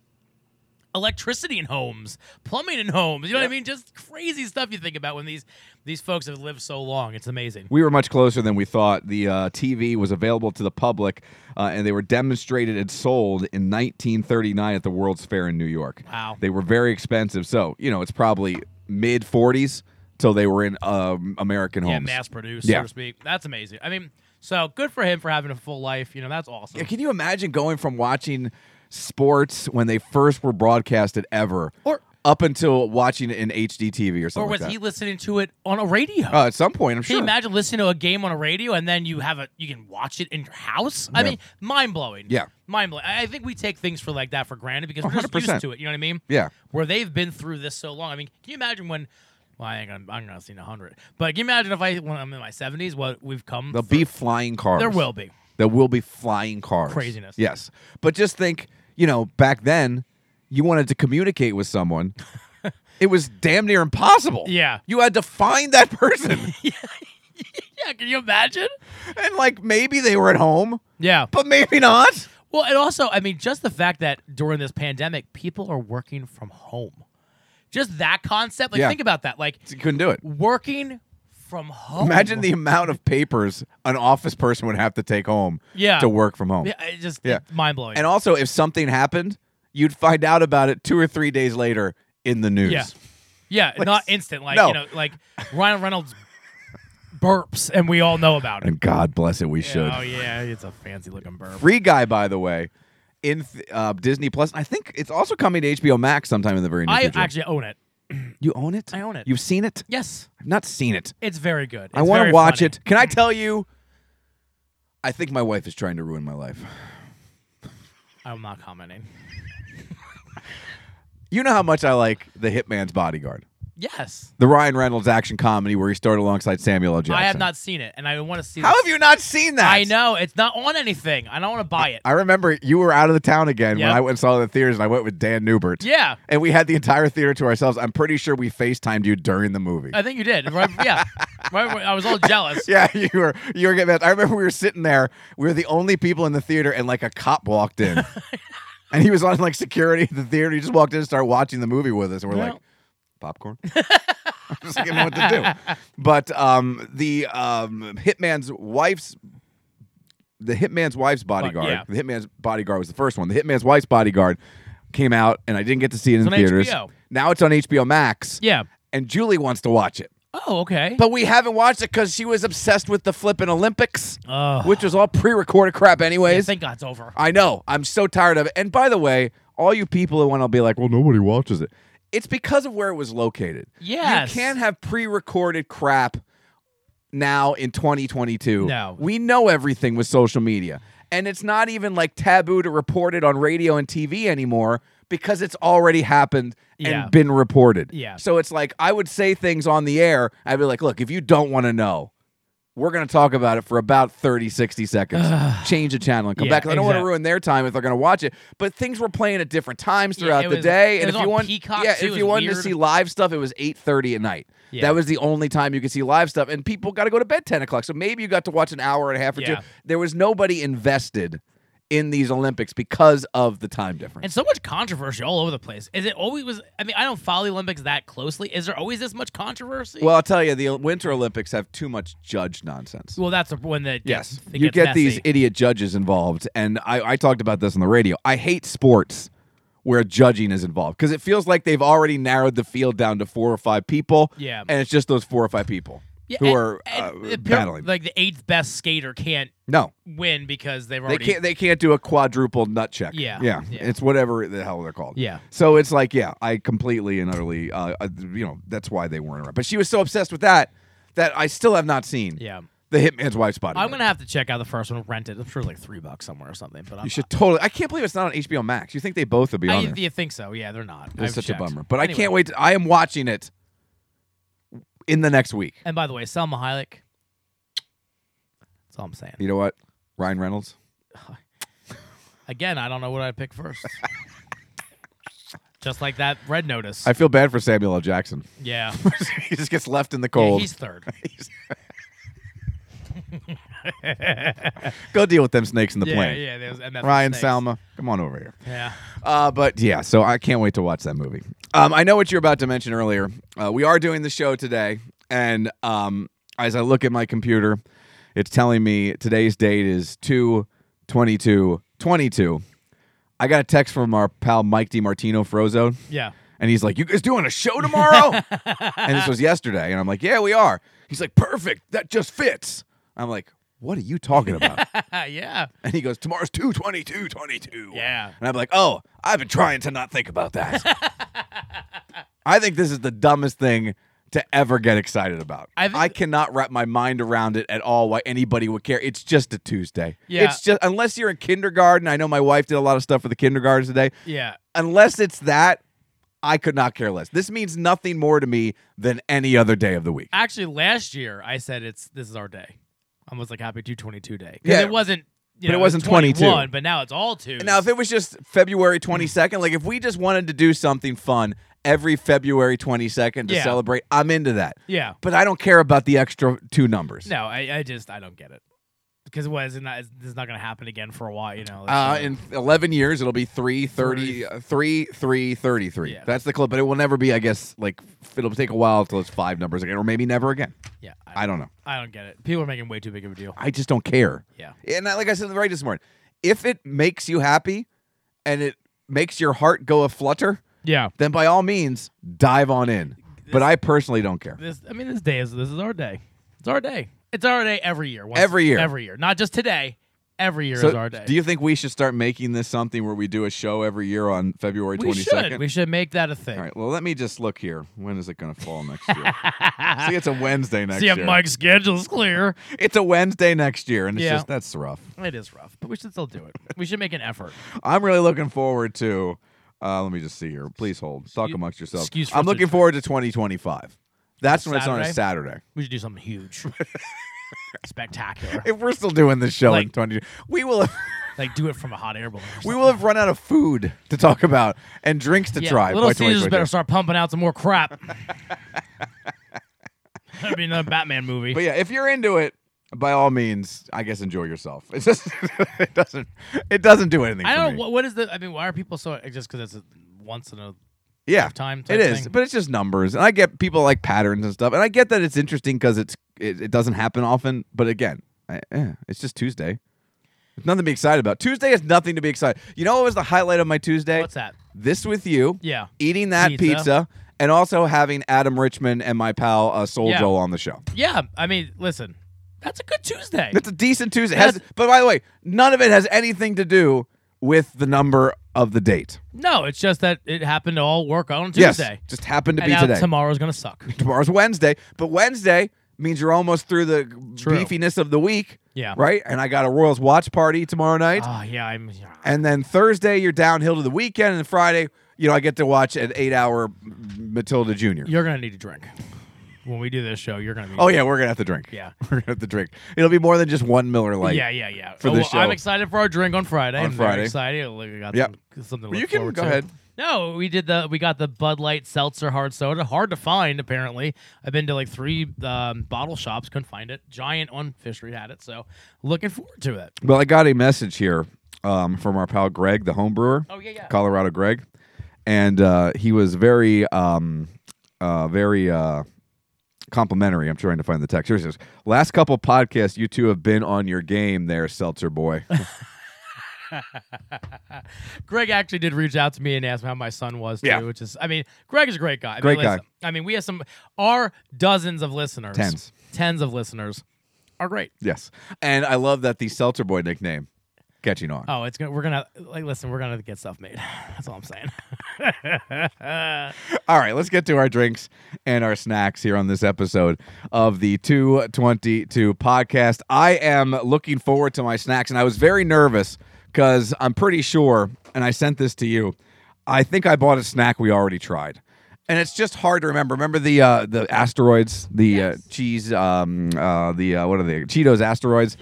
B: electricity in homes, plumbing in homes. You know what I mean? Just crazy stuff you think about when these these folks have lived so long. It's amazing.
A: We were much closer than we thought. The uh, TV was available to the public, uh, and they were demonstrated and sold in 1939 at the World's Fair in New York.
B: Wow.
A: They were very expensive. So, you know, it's probably mid 40s till they were in um, American
B: yeah,
A: homes.
B: mass produced,
A: Yeah.
B: so to speak. That's amazing. I mean, so good for him for having a full life. You know, that's awesome.
A: Yeah, Can you imagine going from watching sports when they first were broadcasted ever
B: Or-
A: up until watching it in HD TV or
B: or
A: something
B: was
A: like
B: he
A: that?
B: listening to it on a radio?
A: Uh, at some point, I'm
B: Can
A: sure.
B: you imagine listening to a game on a radio and then you have a you can watch it in your house? I
A: Yeah.
B: mean, mind blowing.
A: Yeah.
B: mind blowing. I I think we take things for like that for granted because we're just
A: 100%.
B: used to it. You know what I mean?
A: Oh, Yeah.
B: Where they've been through this so long. I mean, can you imagine when? Well, I ain't gonna, I'm gonna see a hundred, but can you imagine if I when I'm in my seventies, what we've come?
A: There'll
B: through?
A: be flying cars.
B: There will be.
A: There will be flying cars.
B: Craziness.
A: Yes. But just think, you know, back then, you wanted to communicate with
B: <laughs>
A: someone. it was damn near impossible.
B: Yeah.
A: You had to find that person.
B: <laughs> Yeah, can you imagine?
A: and like maybe they were at home,
B: Yeah.
A: but maybe not.
B: Well, and also, I mean, just the fact that during this pandemic, people are working from home. Just that concept. Like,
A: Yeah.
B: think about that. Like,
A: You couldn't do it.
B: working from home.
A: Imagine the amount of papers an office person would have to take home
B: Yeah.
A: to work from home.
B: <laughs> Yeah, it just
A: Yeah.
B: mind blowing.
A: And also, if something happened, you'd find out about it two or three days later in the news.
B: yeah, yeah, not instant. Like
A: no.
B: you know, like Ryan Reynolds burps, and we all know about it.
A: And God bless it, we should.
B: Oh yeah, it's a fancy looking burp.
A: Free Guy, by the way, in th- uh, Disney Plus. I think it's also coming to HBO Max sometime in the very near
B: I
A: future.
B: actually own it.
A: you own it.
B: I own it.
A: You've seen it.
B: Yes,
A: I've not seen it.
B: it's very good.
A: I want to watch it. Can I tell you? I think my wife is trying to ruin my life.
B: I'm not commenting.
A: You know how much I like The Hitman's Bodyguard,
B: Yes,
A: the Ryan Reynolds action comedy where he starred alongside Samuel L. Jackson.
B: I have not seen it, and I want to see.
A: How
B: this.
A: have you not seen that?
B: I know it's not on anything. I don't want to buy it.
A: I remember you were out of the town again when
B: Yep.
A: I went and saw it in the theaters, and I went with Dan Newbert.
B: yeah,
A: And we had the entire theater to ourselves. I'm pretty sure we FaceTimed you during the movie.
B: I think you did. Right,
A: <laughs>
B: yeah, right, right- I was all jealous.
A: Yeah, you were you were getting mad. I remember we were sitting there. We were the only people in the theater, and like a cop walked
B: <laughs>
A: in, and he was on like security at the theater. He just walked in and started watching the movie with us. And we're
B: Well-
A: like,
B: <laughs>
A: popcorn. I was like, I don't know what to do. But um, the um, hitman's wife's. The Hitman's Wife's Bodyguard.
B: yeah.
A: The Hitman's Bodyguard was the first one. The Hitman's Wife's Bodyguard came out, and I didn't get to see it in
B: on
A: theaters.
B: HBO.
A: Now it's on HBO Max.
B: Yeah.
A: And Julie wants to watch it.
B: Oh, okay.
A: But we haven't watched it because she was obsessed with the flipping Olympics,
B: Ugh.
A: which was all pre-recorded crap,
B: I
A: anyways.
B: think that's over.
A: I know. I'm so tired of it. And by the way, all you people who want to be like, "Well, nobody watches it," it's because of where it was located.
B: Yes.
A: you can't have pre-recorded crap now in 2022.
B: No.
A: we know everything with social media, and it's not even like taboo to report it on radio and TV anymore because it's already happened
B: Yeah.
A: and been reported.
B: Yeah.
A: So it's like I would say things on the air. I'd be like, look, if you don't want to know, we're going to talk about it for about 30, 60 seconds. Change the channel and come
B: Yeah,
A: back. 'cause I don't want to
B: exact-
A: ruin their time if they're going to watch it. But things were playing at different times
B: Yeah,
A: throughout
B: it
A: the
B: was-
A: day.
B: it
A: and
B: was
A: if you
B: on
A: want,
B: Peacock,
A: yeah,
B: too. It
A: if
B: was
A: you wanted to
B: weird.
A: see live stuff, it was 8.30 at night.
B: Yeah.
A: That was the only time you could see live stuff. And people got to go to bed 10 o'clock. So maybe you got to watch an hour and a half or
B: Yeah.
A: two. There was nobody invested in these Olympics because of the time difference.
B: And so much controversy all over the place. Is it always was? I mean, I don't follow the Olympics that closely. Is there always this much controversy?
A: Well, I'll tell you, the Winter Olympics have too much judge nonsense.
B: well, that's when the
A: yes,
B: it
A: you
B: gets
A: get
B: messy.
A: these idiot judges involved, and I, I talked about this on the radio. I hate sports where judging is involved because it feels like they've already narrowed the field down to four or five people.
B: Yeah.
A: and it's just those four or five people
B: Yeah,
A: who
B: and-
A: are
B: and
A: uh,
B: the pure-
A: battling.
B: Like the eighth best skater can't
A: no,
B: win because they've
A: they
B: already.
A: can't. They can't do a quadruple nut check.
B: Yeah,
A: yeah.
B: yeah.
A: It's whatever the hell they're called.
B: Yeah.
A: So it's like, yeah, I completely and utterly, uh, uh, you know, that's why they weren't around. But she was so obsessed with that that I still have not seen.
B: Yeah.
A: The Hitman's Wife's Bodyguard.
B: I'm gonna have to check out the first one, rent it. I'm sure it's like three bucks somewhere or something. But I'm
A: You should totally. I can't believe it's not on HBO Max. You think they both would be
B: I,
A: on there?
B: you think so? Yeah, they're not.
A: It's
B: I've
A: such
B: checked.
A: a bummer. But
B: Anyway.
A: I can't wait. To, I am watching it in the next week.
B: And by the way, Selma Hayek, That's all I'm saying.
A: You know what? Ryan Reynolds.
B: Again, I don't know what I'd pick first. Just like that red notice.
A: I feel bad for Samuel L. Jackson. <laughs>
B: yeah.
A: he just gets left in the
B: Yeah,
A: cold. <laughs>
B: He's third.
A: Go deal with them snakes in the
B: yeah,
A: plane.
B: yeah. there's- And that's the
A: Ryan
B: snakes.
A: Salma, come on over here.
B: Yeah. <laughs>
A: Uh, but yeah, so I can't wait to watch that movie. Um, I know what you're about to mention earlier. Uh, we are doing the show today, and um, as I look at my computer, it's telling me today's date is 2 22 22. I got a text from our pal Mike DiMartino Frozone,
B: Yeah.
A: and he's like, You guys doing a show tomorrow? and this was yesterday, and I'm like, Yeah, we are. He's like, Perfect. That just fits. I'm like, What are you talking about?
B: Uh, yeah.
A: And he goes, Tomorrow's 2 22 22.
B: Yeah.
A: And I'm like, Oh, I've been trying to not think about
B: <laughs>
A: that. I think this is the dumbest thing to ever get excited about.
B: I
A: I,
B: think-
A: cannot wrap my mind around it at all why anybody would care. It's just a Tuesday.
B: Yeah.
A: It's just, unless you're in kindergarten, I know my wife did a lot of stuff for the kindergartens today.
B: Yeah.
A: Unless it's that, I could not care less. This means nothing more to me than any other day of the week.
B: Actually, last year I said it's this is our day. I was like happy 222 day. 'Cause
A: Yeah.
B: It wasn't. You
A: But it
B: know,
A: wasn't 22.
B: 21, But now it's all two.
A: Now, if it was just February 22nd, like if we just wanted to do something fun every February 22nd to
B: Yeah.
A: celebrate, I'm into that.
B: yeah.
A: But I don't care about the extra two numbers.
B: No, I, I just I don't get it because what is it not? This is not going to happen again for a while. You know.
A: Uh,
B: That's,
A: in 11 years, it'll be 3, 30, uh, 3, 3, 33.
B: Yeah.
A: That's the clip, but it will never be, I guess, like f- it'll take a while until it's five numbers again, or maybe never again.
B: yeah. I,
A: I don't know.
B: I don't get it. People are making way too big of a deal.
A: I just don't care.
B: Yeah.
A: And I, like I said right this morning, if it makes you happy and it makes your heart go a flutter,
B: Yeah.
A: then by all means, dive on in. But I personally don't care.
B: This I mean this day is this is our day. It's our day. It's our day every year. Once-
A: Every year.
B: Every year. Not just today. Every year is
A: So,
B: our day.
A: do you think we should start making this something where we do a show every year on February
B: we
A: twenty
B: should.
A: second?
B: We should make that a thing.
A: All right. Well, let me just look here. When is it going to fall next
B: <laughs>
A: year? See, it's a Wednesday next
B: See if
A: year.
B: Mike's schedule's clear.
A: It's a Wednesday next year, and it's
B: Yeah.
A: just that's rough.
B: It is rough, but we should still do it. We should make an effort.
A: I'm really looking forward to. Uh, let me just see here. Please hold. Talk amongst yourselves.
B: excuse for
A: I'm looking
B: today.
A: forward to 2025. That's when it's on a Saturday.
B: We should do
A: <laughs>
B: something huge, spectacular.
A: If we're still doing this show in
B: Like-
A: 20, we will. Have,
B: Like do it from a hot air balloon. or
A: we will have run out of food to talk about and drinks to
B: Yeah,
A: try.
B: Little
A: by
B: Caesars
A: 2025.
B: better start pumping out some
A: <laughs>
B: more crap. That'd be another Batman movie.
A: But yeah, if you're into it, by all means, I guess enjoy yourself. <laughs> It's just it doesn't it doesn't do anything.
B: I
A: for
B: don't know
A: me.
B: what, what is the. I mean, why are people so just because it's a, once in a
A: yeah,
B: time
A: It
B: type
A: is,
B: thing.
A: but it's just numbers, and I get people like patterns and stuff, and I get that it's interesting because it's it, it doesn't happen often. But again, I, eh, it's just Tuesday. There's nothing to be excited about. Tuesday is nothing to be excited. You know what was the highlight of my Tuesday?
B: what's that?
A: This with you.
B: Yeah.
A: Eating that
B: Pizza.
A: pizza. and also having Adam Richmond and my pal uh, Soul
B: Yeah.
A: Joel on the show.
B: Yeah, I mean, listen, that's a good Tuesday.
A: It's a decent Tuesday. Has- but by the way, none of it has anything to do with the number of the date.
B: no, it's just that it happened to all work on Tuesday.
A: Yes, just happened to
B: and
A: be
B: now
A: today.
B: tomorrow's
A: <laughs>
B: gonna suck.
A: Tomorrow's Wednesday, but Wednesday means you're almost through the
B: True.
A: beefiness of the week.
B: Yeah.
A: Right. And I got a Royals watch party tomorrow night,
B: Oh yeah, I'm.
A: and then Thursday you're downhill to the weekend, and Friday, you know, I get to watch an eight-hour Matilda Junior.
B: You're gonna need a drink when we do this show. You're gonna. Need
A: Oh yeah, we're gonna have to drink. <laughs>
B: Yeah.
A: we're gonna have to drink. It'll be more than just one Miller Lite.
B: yeah, yeah, yeah.
A: for
B: Oh,
A: the
B: well, I'm
A: show.
B: excited for our drink on Friday.
A: On
B: I'm very
A: Friday.
B: excited. Look, I got
A: Yep.
B: some- something. To
A: Well,
B: look
A: you can
B: forward
A: go
B: to.
A: ahead.
B: No, we did the we got the Bud Light Seltzer Hard Soda. Hard to find, apparently. I've been to like three um, bottle shops, couldn't find it. Giant on Fish Street had it, so looking forward to it.
A: Well, I got a message here um, from our pal Greg, the home brewer.
B: Oh, yeah, yeah.
A: Colorado Greg, and uh, he was very, um, uh, very uh, complimentary. I'm trying to find the text. Here it says, "Last couple podcasts, you two have been on your game, there, Seltzer boy." <laughs>
B: Greg actually did reach out to me and ask me how my son was too,
A: Yeah.
B: which is I mean, Greg is a great guy. I mean,
A: Great guy.
B: listen, I mean, we have some our dozens of listeners.
A: Tens.
B: Tens of listeners are great.
A: yes, and I love that the Seltzer boy nickname catching on.
B: Oh, it's gonna we're gonna like listen, we're gonna get stuff made. <laughs> That's all I'm saying.
A: All right, let's get to our drinks and our snacks here on this episode of the 222 podcast. I am looking forward to my snacks, and I was very nervous because I'm pretty sure, and I sent this to you, I think I bought a snack we already tried. And it's just hard to remember. Remember the uh, the asteroids, the uh, cheese, um, uh, the uh, what are they? Cheetos asteroids.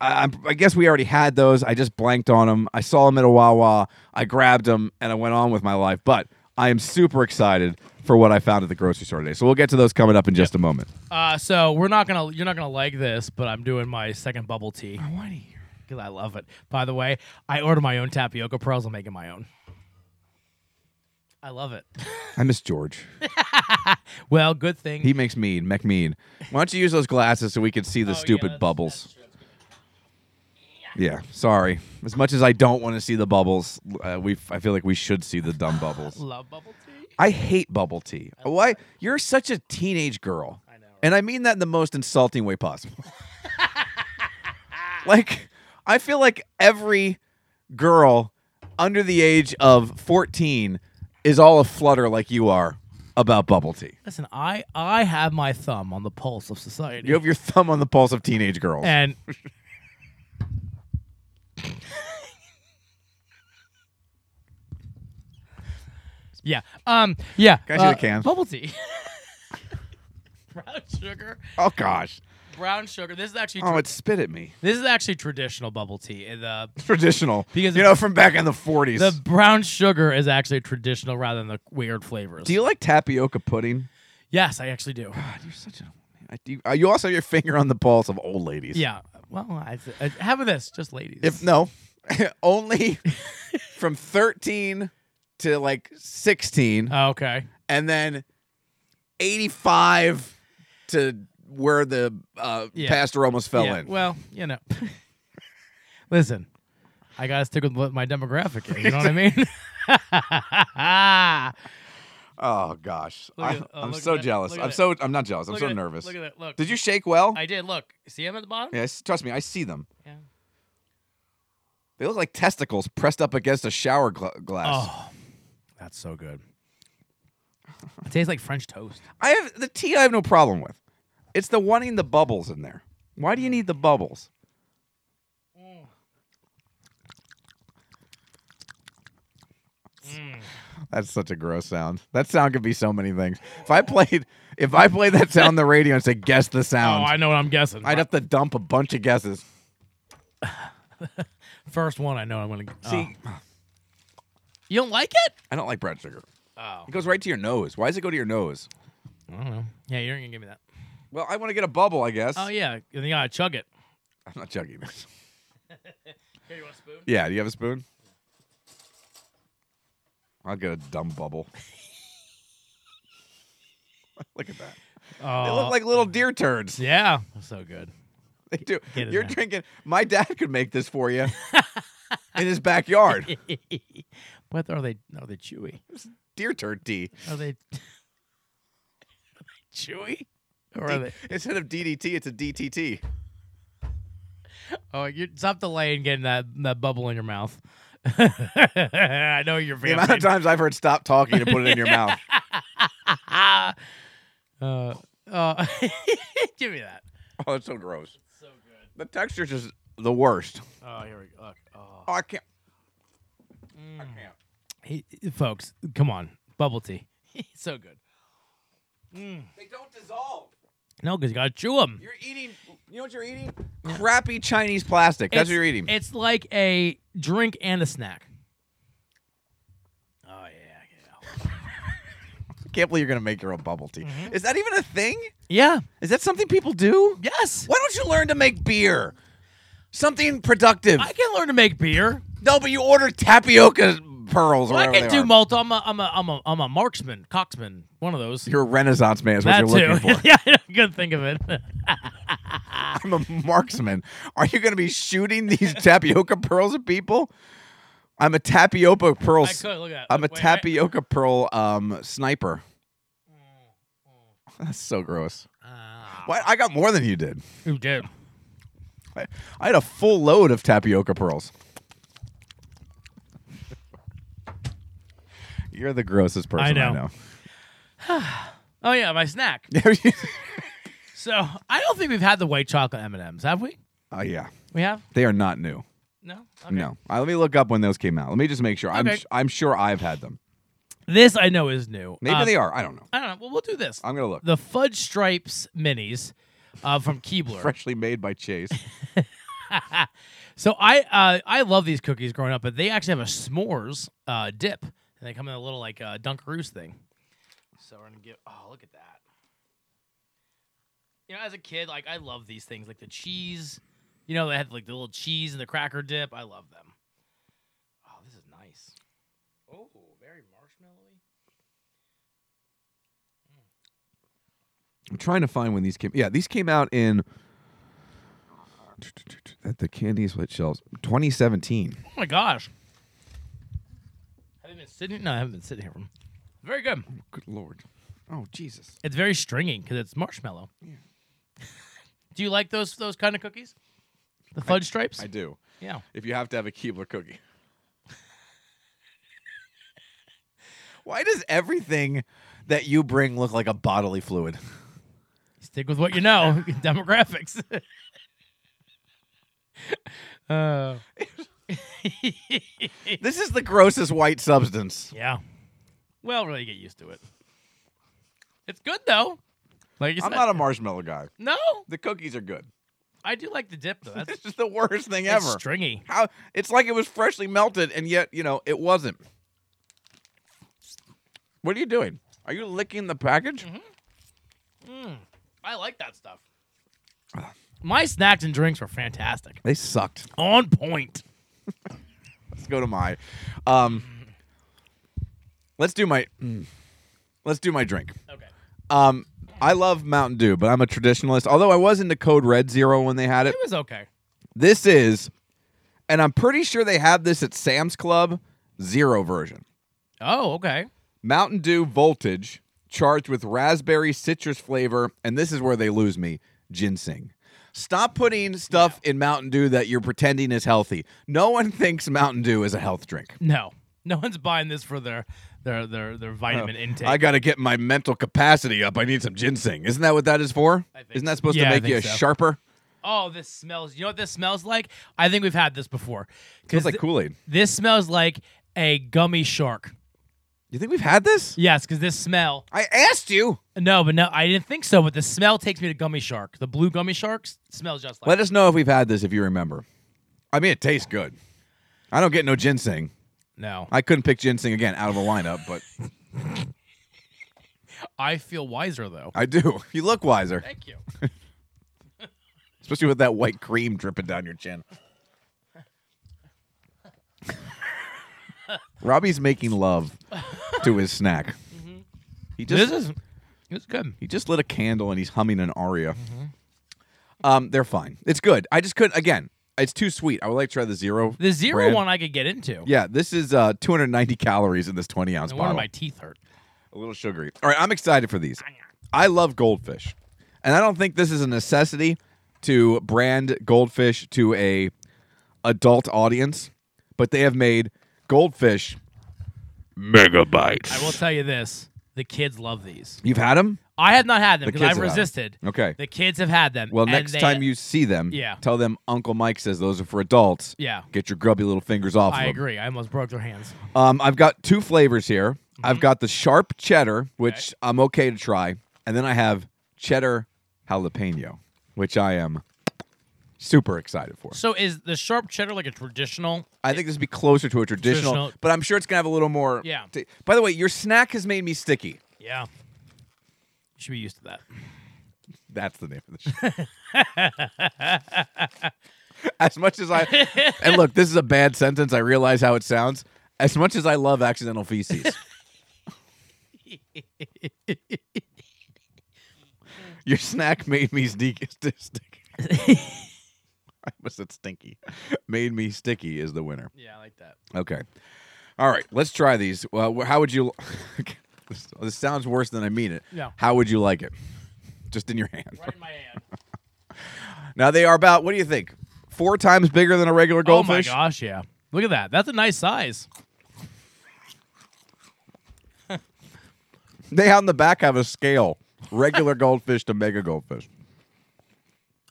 A: I, I'm- I guess we already had those. I just blanked on them. I saw them at a Wawa. I grabbed them and I went on with my life. But I am super excited for what I found at the grocery store today. So we'll get to those coming up in just a moment.
B: Uh, so we're not gonna, you're not gonna like this, but I'm doing my second bubble tea
A: want to hear.
B: because I love it. By the way, I order my own tapioca pearls. I'm making my own. I love it. <laughs>
A: I miss George.
B: Well, good thing.
A: He makes mean, mech mean. Why don't you use those glasses so we can see the
B: Oh, yeah,
A: stupid
B: that's-
A: bubbles? yeah, sorry. As much as I don't want to see the bubbles, uh, we I feel like we should see the dumb bubbles.
B: love bubble tea.
A: I hate bubble tea. Why? You're such a teenage girl. I know. And I mean that in the most insulting way possible. <laughs> like, I feel like every girl under the age of 14 is all a flutter like you are about bubble tea.
B: Listen, I I have my thumb on the pulse of society,
A: You have your thumb on the pulse of teenage girls.
B: and yeah, um, yeah.
A: Can I see the cans?
B: Bubble tea, <laughs> brown sugar,
A: oh, gosh.
B: brown sugar. This is actually
A: Oh,
B: tra-
A: it spit at me. <laughs>
B: this is actually traditional bubble tea. And The
A: Traditional.
B: Because
A: you know, from back in the 40s.
B: the brown sugar is actually traditional rather than the weird flavors.
A: do you like tapioca pudding?
B: yes, I actually do.
A: God, you're such a. I do- uh, You also have your finger on the pulse of old ladies.
B: Yeah. Well, I, I, how about this, just ladies?
A: If no, <laughs> only from 13 to like 16,
B: Oh, okay.
A: and then 85 to where the uh,
B: Yeah.
A: pastor almost fell
B: Yeah,
A: in.
B: Well, you know. <laughs> Listen, I gotta stick with what my demographic is. You know what
A: <laughs>
B: I mean? <laughs>
A: oh gosh,
B: Look
A: I,
B: at- oh,
A: I'm
B: look at
A: so
B: that-
A: jealous.
B: look at
A: I'm
B: that.
A: so I'm not jealous. I'm
B: Look
A: so
B: at it,
A: nervous.
B: Look at it. Look.
A: Did you shake well?
B: I did. Look. See him at the bottom?
A: yes, trust me, I see them.
B: Yeah.
A: They look like testicles pressed up against a shower gla- glass.
B: Oh, that's so good. It tastes like French toast.
A: I have the tea. I have no problem with. It's the wanting the bubbles in there. Why do you need the bubbles?
B: Mm.
A: That's such a gross sound. That sound could be so many things. If I played, if I played that sound on the radio and said guess the sound,
B: Oh, I know what I'm guessing.
A: I'd have to dump a bunch of guesses.
B: First one, I know I'm gonna oh.
A: See,
B: You don't like it?
A: I don't like brown sugar.
B: Oh,
A: It goes right to your nose. Why does it go to your nose?
B: I don't know. Yeah, you're not gonna give me that.
A: Well, I want to get a bubble, I guess.
B: Oh yeah, you gotta chug it.
A: <laughs> I'm not chugging this.
B: Here, you want a spoon?
A: Yeah, do you have a spoon? I'll get a dumb bubble. <laughs> look at that. They
B: Oh,
A: look like little deer turds.
B: yeah, so good.
A: They do.
B: Get in
A: You're
B: there.
A: drinking. My dad could make this for
B: <laughs>
A: you in his backyard.
B: but are they? Are they chewy?
A: Deer turd tea.
B: Are they chewy? Or are they?
A: <laughs> Instead of DDT, it's a DTT.
B: Oh, you stop delaying getting that that bubble in your mouth. <laughs> I know you're
A: The amount of
B: family.
A: times I've heard stop talking to put it in
B: <laughs>
A: your mouth.
B: Uh, uh, <laughs> give me that.
A: Oh, it's so gross. The texture's just the worst.
B: Oh, here we go. Oh.
A: Oh, I can't. I can't.
B: Hey, folks, come on, bubble tea, <laughs> so good. Mm.
A: They don't dissolve.
B: No, because you gotta chew them.
A: You're eating. You know what you're eating? Crappy Chinese plastic. That's
B: It's-
A: what you're eating.
B: It's like a drink and a snack. Oh yeah,
A: can't believe you're gonna make your own bubble tea.
B: Mm-hmm.
A: Is that even a thing?
B: yeah. Yeah.
A: Is that something people do?
B: Yes.
A: Why don't you learn to make beer? Something productive.
B: I can learn to make beer.
A: no, but you order tapioca pearls. Or
B: I
A: whatever
B: can
A: they
B: do
A: are.
B: malt. I'm a, I'm a, I'm a, I'm a marksman, coxman, one of those.
A: You're a Renaissance man. Is what
B: that
A: you're looking
B: too. <laughs>
A: for.
B: yeah, I couldn't think of it.
A: <laughs>
B: <laughs>
A: I'm a marksman. Are you gonna be shooting
B: <laughs>
A: these tapioca pearls at people? I'm a tapioca pearl.
B: I could look at.
A: I'm a
B: wait, wait.
A: tapioca pearl um, sniper. <laughs> That's so gross.
B: Ah,
A: Why I got more than you did.
B: you did.
A: I, I had a full load of tapioca pearls. You're the grossest person I know.
B: know. Oh yeah,
A: <laughs>
B: my snack. So I don't think we've had the white chocolate M and M's, have we?
A: oh yeah,
B: We have
A: they are not new.
B: no. Okay.
A: No, I, let me look up when those came out. Let me just make sure. I'm
B: Okay.
A: sh- I'm sure I've had them.
B: This I know is new.
A: Maybe
B: Um,
A: they are. I don't know.
B: I don't know. Well, we'll do this.
A: I'm gonna look.
B: the fudge stripes minis uh, from Keebler.
A: Freshly made by Chase.
B: So I uh, I love these cookies growing up, but they actually have a s'mores uh, dip, and they come in a little like uh, Dunkaroos thing. So we're gonna get. Oh, look at that! You know, as a kid, like I love these things, like the cheese. You know, they had like the little cheese and the cracker dip. I love them. Oh, this is nice. Oh, very marshmallowy.
A: I'm trying to find when these came. Yeah, these came out in at the candy split shelves 2017.
B: Oh my gosh! Have you been sitting? No, I haven't been sitting here. From very good.
A: Good lord. Oh Jesus.
B: It's very stringy because it's marshmallow. <laughs> do you like those those kind of cookies? The fudge stripes?
A: I do.
B: yeah.
A: If you have to have a Keebler cookie. <laughs> Why does everything that you bring look like a bodily <laughs> fluid?
B: Stick with what you know.
A: <laughs>
B: <laughs> Demographics. uh,
A: This is the grossest white substance.
B: yeah. Well, really get used to it. It's good though. Like you
A: I'm
B: said.
A: not a marshmallow guy.
B: no,
A: The cookies are good. <laughs>
B: I do like the dip though. That's
A: This is the worst thing
B: it's
A: ever.
B: stringy.
A: How it's like it was freshly melted and yet, you know, it wasn't. What are you doing? Are you licking the package?
B: I like that stuff. My snacks and drinks were fantastic.
A: They sucked.
B: On point.
A: Let's go to my um Let's do my mm. Let's do my drink.
B: Okay.
A: Um I love Mountain Dew, but I'm a traditionalist. Although I was into Code Red Zero when they had it.
B: It was okay.
A: This is and I'm pretty sure they have this at Sam's Club, zero version.
B: Oh, okay.
A: Mountain Dew Voltage charged with raspberry citrus flavor, and this is where they lose me ginseng. Stop putting stuff in Mountain Dew that you're pretending is healthy. No one thinks Mountain Dew is a health drink.
B: No, no one's buying this for their their their their vitamin intake.
A: Oh. I got to get my mental capacity up. I need some ginseng. Isn't that what that is for?
B: think
A: Isn't that
B: so.
A: supposed
B: Yeah, I
A: to make you
B: think so.
A: sharper?
B: oh, this smells. You know what this smells like? I think we've had this before.
A: It's
B: Because
A: like Kool Aid.
B: this smells like a gummy shark.
A: You think we've had this?
B: Yes, because this smell.
A: I asked you.
B: No, but no, I didn't think so. But the smell takes me to gummy shark. The blue gummy sharks smell just like.
A: Let us know if we've had this if you remember. I mean, it tastes good. I don't get no ginseng.
B: No,
A: I couldn't pick ginseng again out of a lineup, but
B: I feel wiser though.
A: I do. <laughs> You look wiser.
B: Thank you.
A: especially with that white cream dripping down your
B: <laughs>
A: chin. Robbie's making love to his snack. He just
B: this Mm-hmm. is this is good.
A: he just lit a candle and he's humming an aria.
B: Mm-hmm.
A: Um, they're fine. It's good. I just couldn't. Again, it's too sweet. I would like to try the zero.
B: The zero
A: brand.
B: one I could get into.
A: Yeah, this is uh, 290 calories in this 20 ounce
B: And one of
A: bottle.
B: my teeth hurt.
A: a little sugary. All right, I'm excited for these. I love goldfish, and I don't think this is a necessity to brand goldfish to a adult audience, but they have made goldfish.
B: I will tell you this: the kids love these.
A: You've had them.
B: I have not had them
A: The
B: because
A: kids
B: I've
A: have had 'em.
B: resisted.
A: Okay.
B: The kids have had them.
A: Well,
B: and
A: next
B: they-
A: time you see them,
B: Yeah.
A: tell them Uncle Mike says those are for adults.
B: Yeah.
A: Get your grubby little fingers off.
B: I
A: of 'em.
B: agree. I almost broke their hands.
A: Um, I've got two flavors here.
B: Mm-hmm.
A: I've got the sharp cheddar, which I'm okay to try, and then I have cheddar jalapeno, which I am super excited for.
B: So is the sharp cheddar like a traditional?
A: I think this would be closer to a traditional,
B: Traditional.
A: but I'm sure it's gonna have a little more.
B: Yeah.
A: ta- By the way, your snack has made me sticky.
B: Yeah. You should be used to that.
A: That's the name of the show.
B: <laughs>
A: as much as I, and look, this is a bad sentence. I realize how it sounds. As much as I love accidental
B: <laughs>
A: feces, your snack made me sneak- st- <laughs>
B: <laughs>
A: sticky. I almost said stinky. Made me sticky is the winner.
B: Yeah, I like that.
A: Okay. All right. Let's try these. Well, wh- how would you? <laughs> this, this sounds worse than I mean it.
B: Yeah.
A: How would you like it? <laughs> Just in your hand.
B: <laughs> Right in my hand.
A: Now they are about. What do you think? Four times bigger than a regular
B: oh my
A: <laughs> goldfish.
B: gosh! Yeah. Look at that. That's a nice size.
A: They on the back have a scale.
B: <laughs>
A: Regular goldfish to mega goldfish.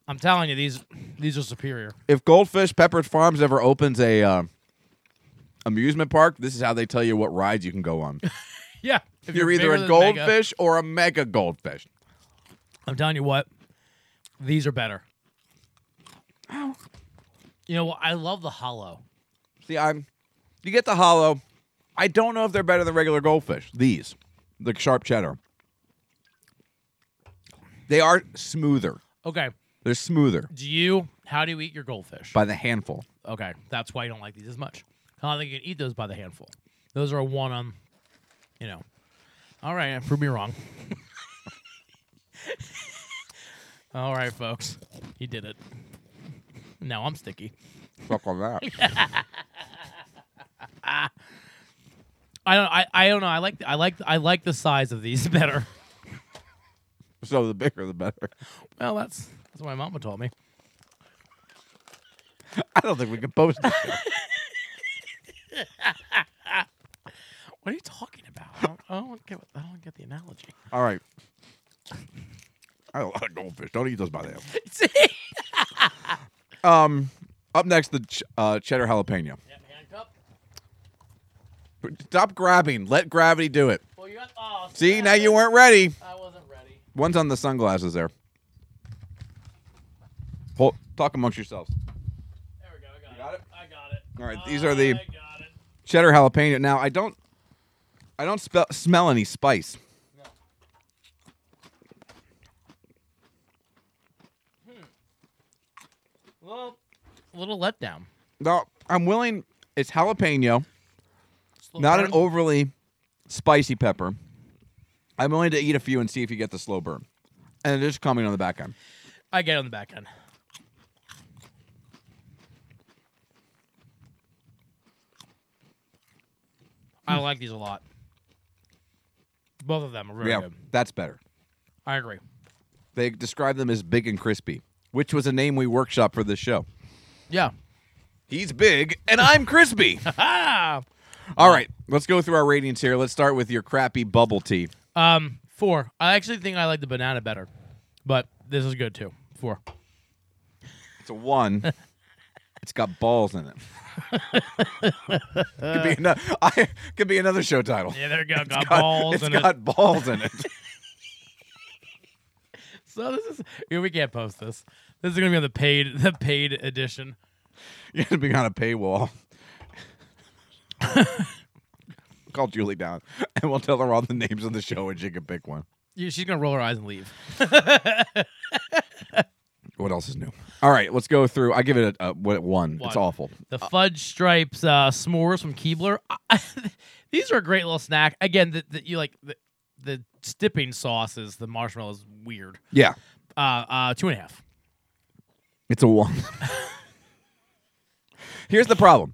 B: I'm telling you, these these are superior.
A: If Goldfish Peppered Farms ever opens a uh, amusement park, this is how they tell you what rides you can go
B: <laughs>
A: on.
B: Yeah. If
A: You're either
B: bigger
A: a
B: than mega-
A: goldfish or a mega goldfish.
B: I'm telling you what, these are better. You know what? I love the hollow.
A: See, I'm. You get the hollow. I don't know if they're better than regular goldfish. These, the sharp cheddar. They are smoother.
B: Okay.
A: They're smoother
B: Do you? How do you eat your goldfish?
A: by the handful.
B: okay, that's why you don't like these as much. I don't think you can eat those by the handful. Those are a one on, you know. All right, prove me wrong. <laughs> All right, folks, he did it. Now I'm sticky.
A: Fuck on that.
B: I don't. I, I don't know. I like. I like. I like the size of these <laughs> better.
A: so the bigger the better.
B: Well, that's that's what my mama told me.
A: I don't think we can post that.
B: What are you talking about? I don't, I don't get. I don't get the analogy. <laughs>
A: <laughs> All right. I don't like goldfish. Don't eat those by the handful. Um, up next, the ch- uh, cheddar jalapeno. Stop grabbing. Let gravity do it.
B: Well, you got, oh,
A: See, now you weren't ready.
B: I wasn't ready.
A: One's on the sunglasses there. Hold, talk amongst yourselves.
B: There we go. I got,
A: got it?
B: I got it.
A: All right, these are the
B: I got it.
A: cheddar jalapeno. Now I don't, I don't spe- smell any spice.
B: Well, a little letdown.
A: No, I'm willing. It's jalapeno,
B: Slow
A: not an
B: burn.
A: overly spicy pepper. I'm willing to eat a few and see if you get the slow burn. And it is coming on the back end.
B: I get it on the back end.
A: Hmm.
B: I like these a lot. Both of them are really
A: yeah,
B: good.
A: that's better.
B: I agree.
A: They describe them as big and crispy, which was a name we workshop for this show.
B: Yeah.
A: He's big and I'm
B: <laughs>
A: crispy.
B: Ah.
A: All right, let's go through our ratings here. Let's start with your crappy bubble tea.
B: Um, four. I actually think I like the banana better, but this is good too. Four.
A: It's a one. it's got balls in it.
B: <laughs>
A: could be another. <laughs> I could be another show title.
B: Yeah, there you go. Got
A: Got- <laughs>
B: balls
A: it's
B: and
A: got balls in it.
B: So this is yeah, we can't post this. This is gonna be on the paid <laughs> the paid edition.
A: You're gonna be on a paywall. <laughs> Call Julie down, and we'll tell her all the names of the show, and she can pick one.
B: Yeah, she's gonna roll her eyes and leave.
A: What else is new? All right, let's go through. I give it a, a what one. It's
B: One.
A: awful.
B: The fudge stripes uh, s'mores from Keebler. I, <laughs> these are a great little snack. Again, the, the, you like the, the dipping sauce is the marshmallow is weird.
A: Yeah,
B: Uh, uh, two and a half.
A: It's a one. <laughs> Here's the problem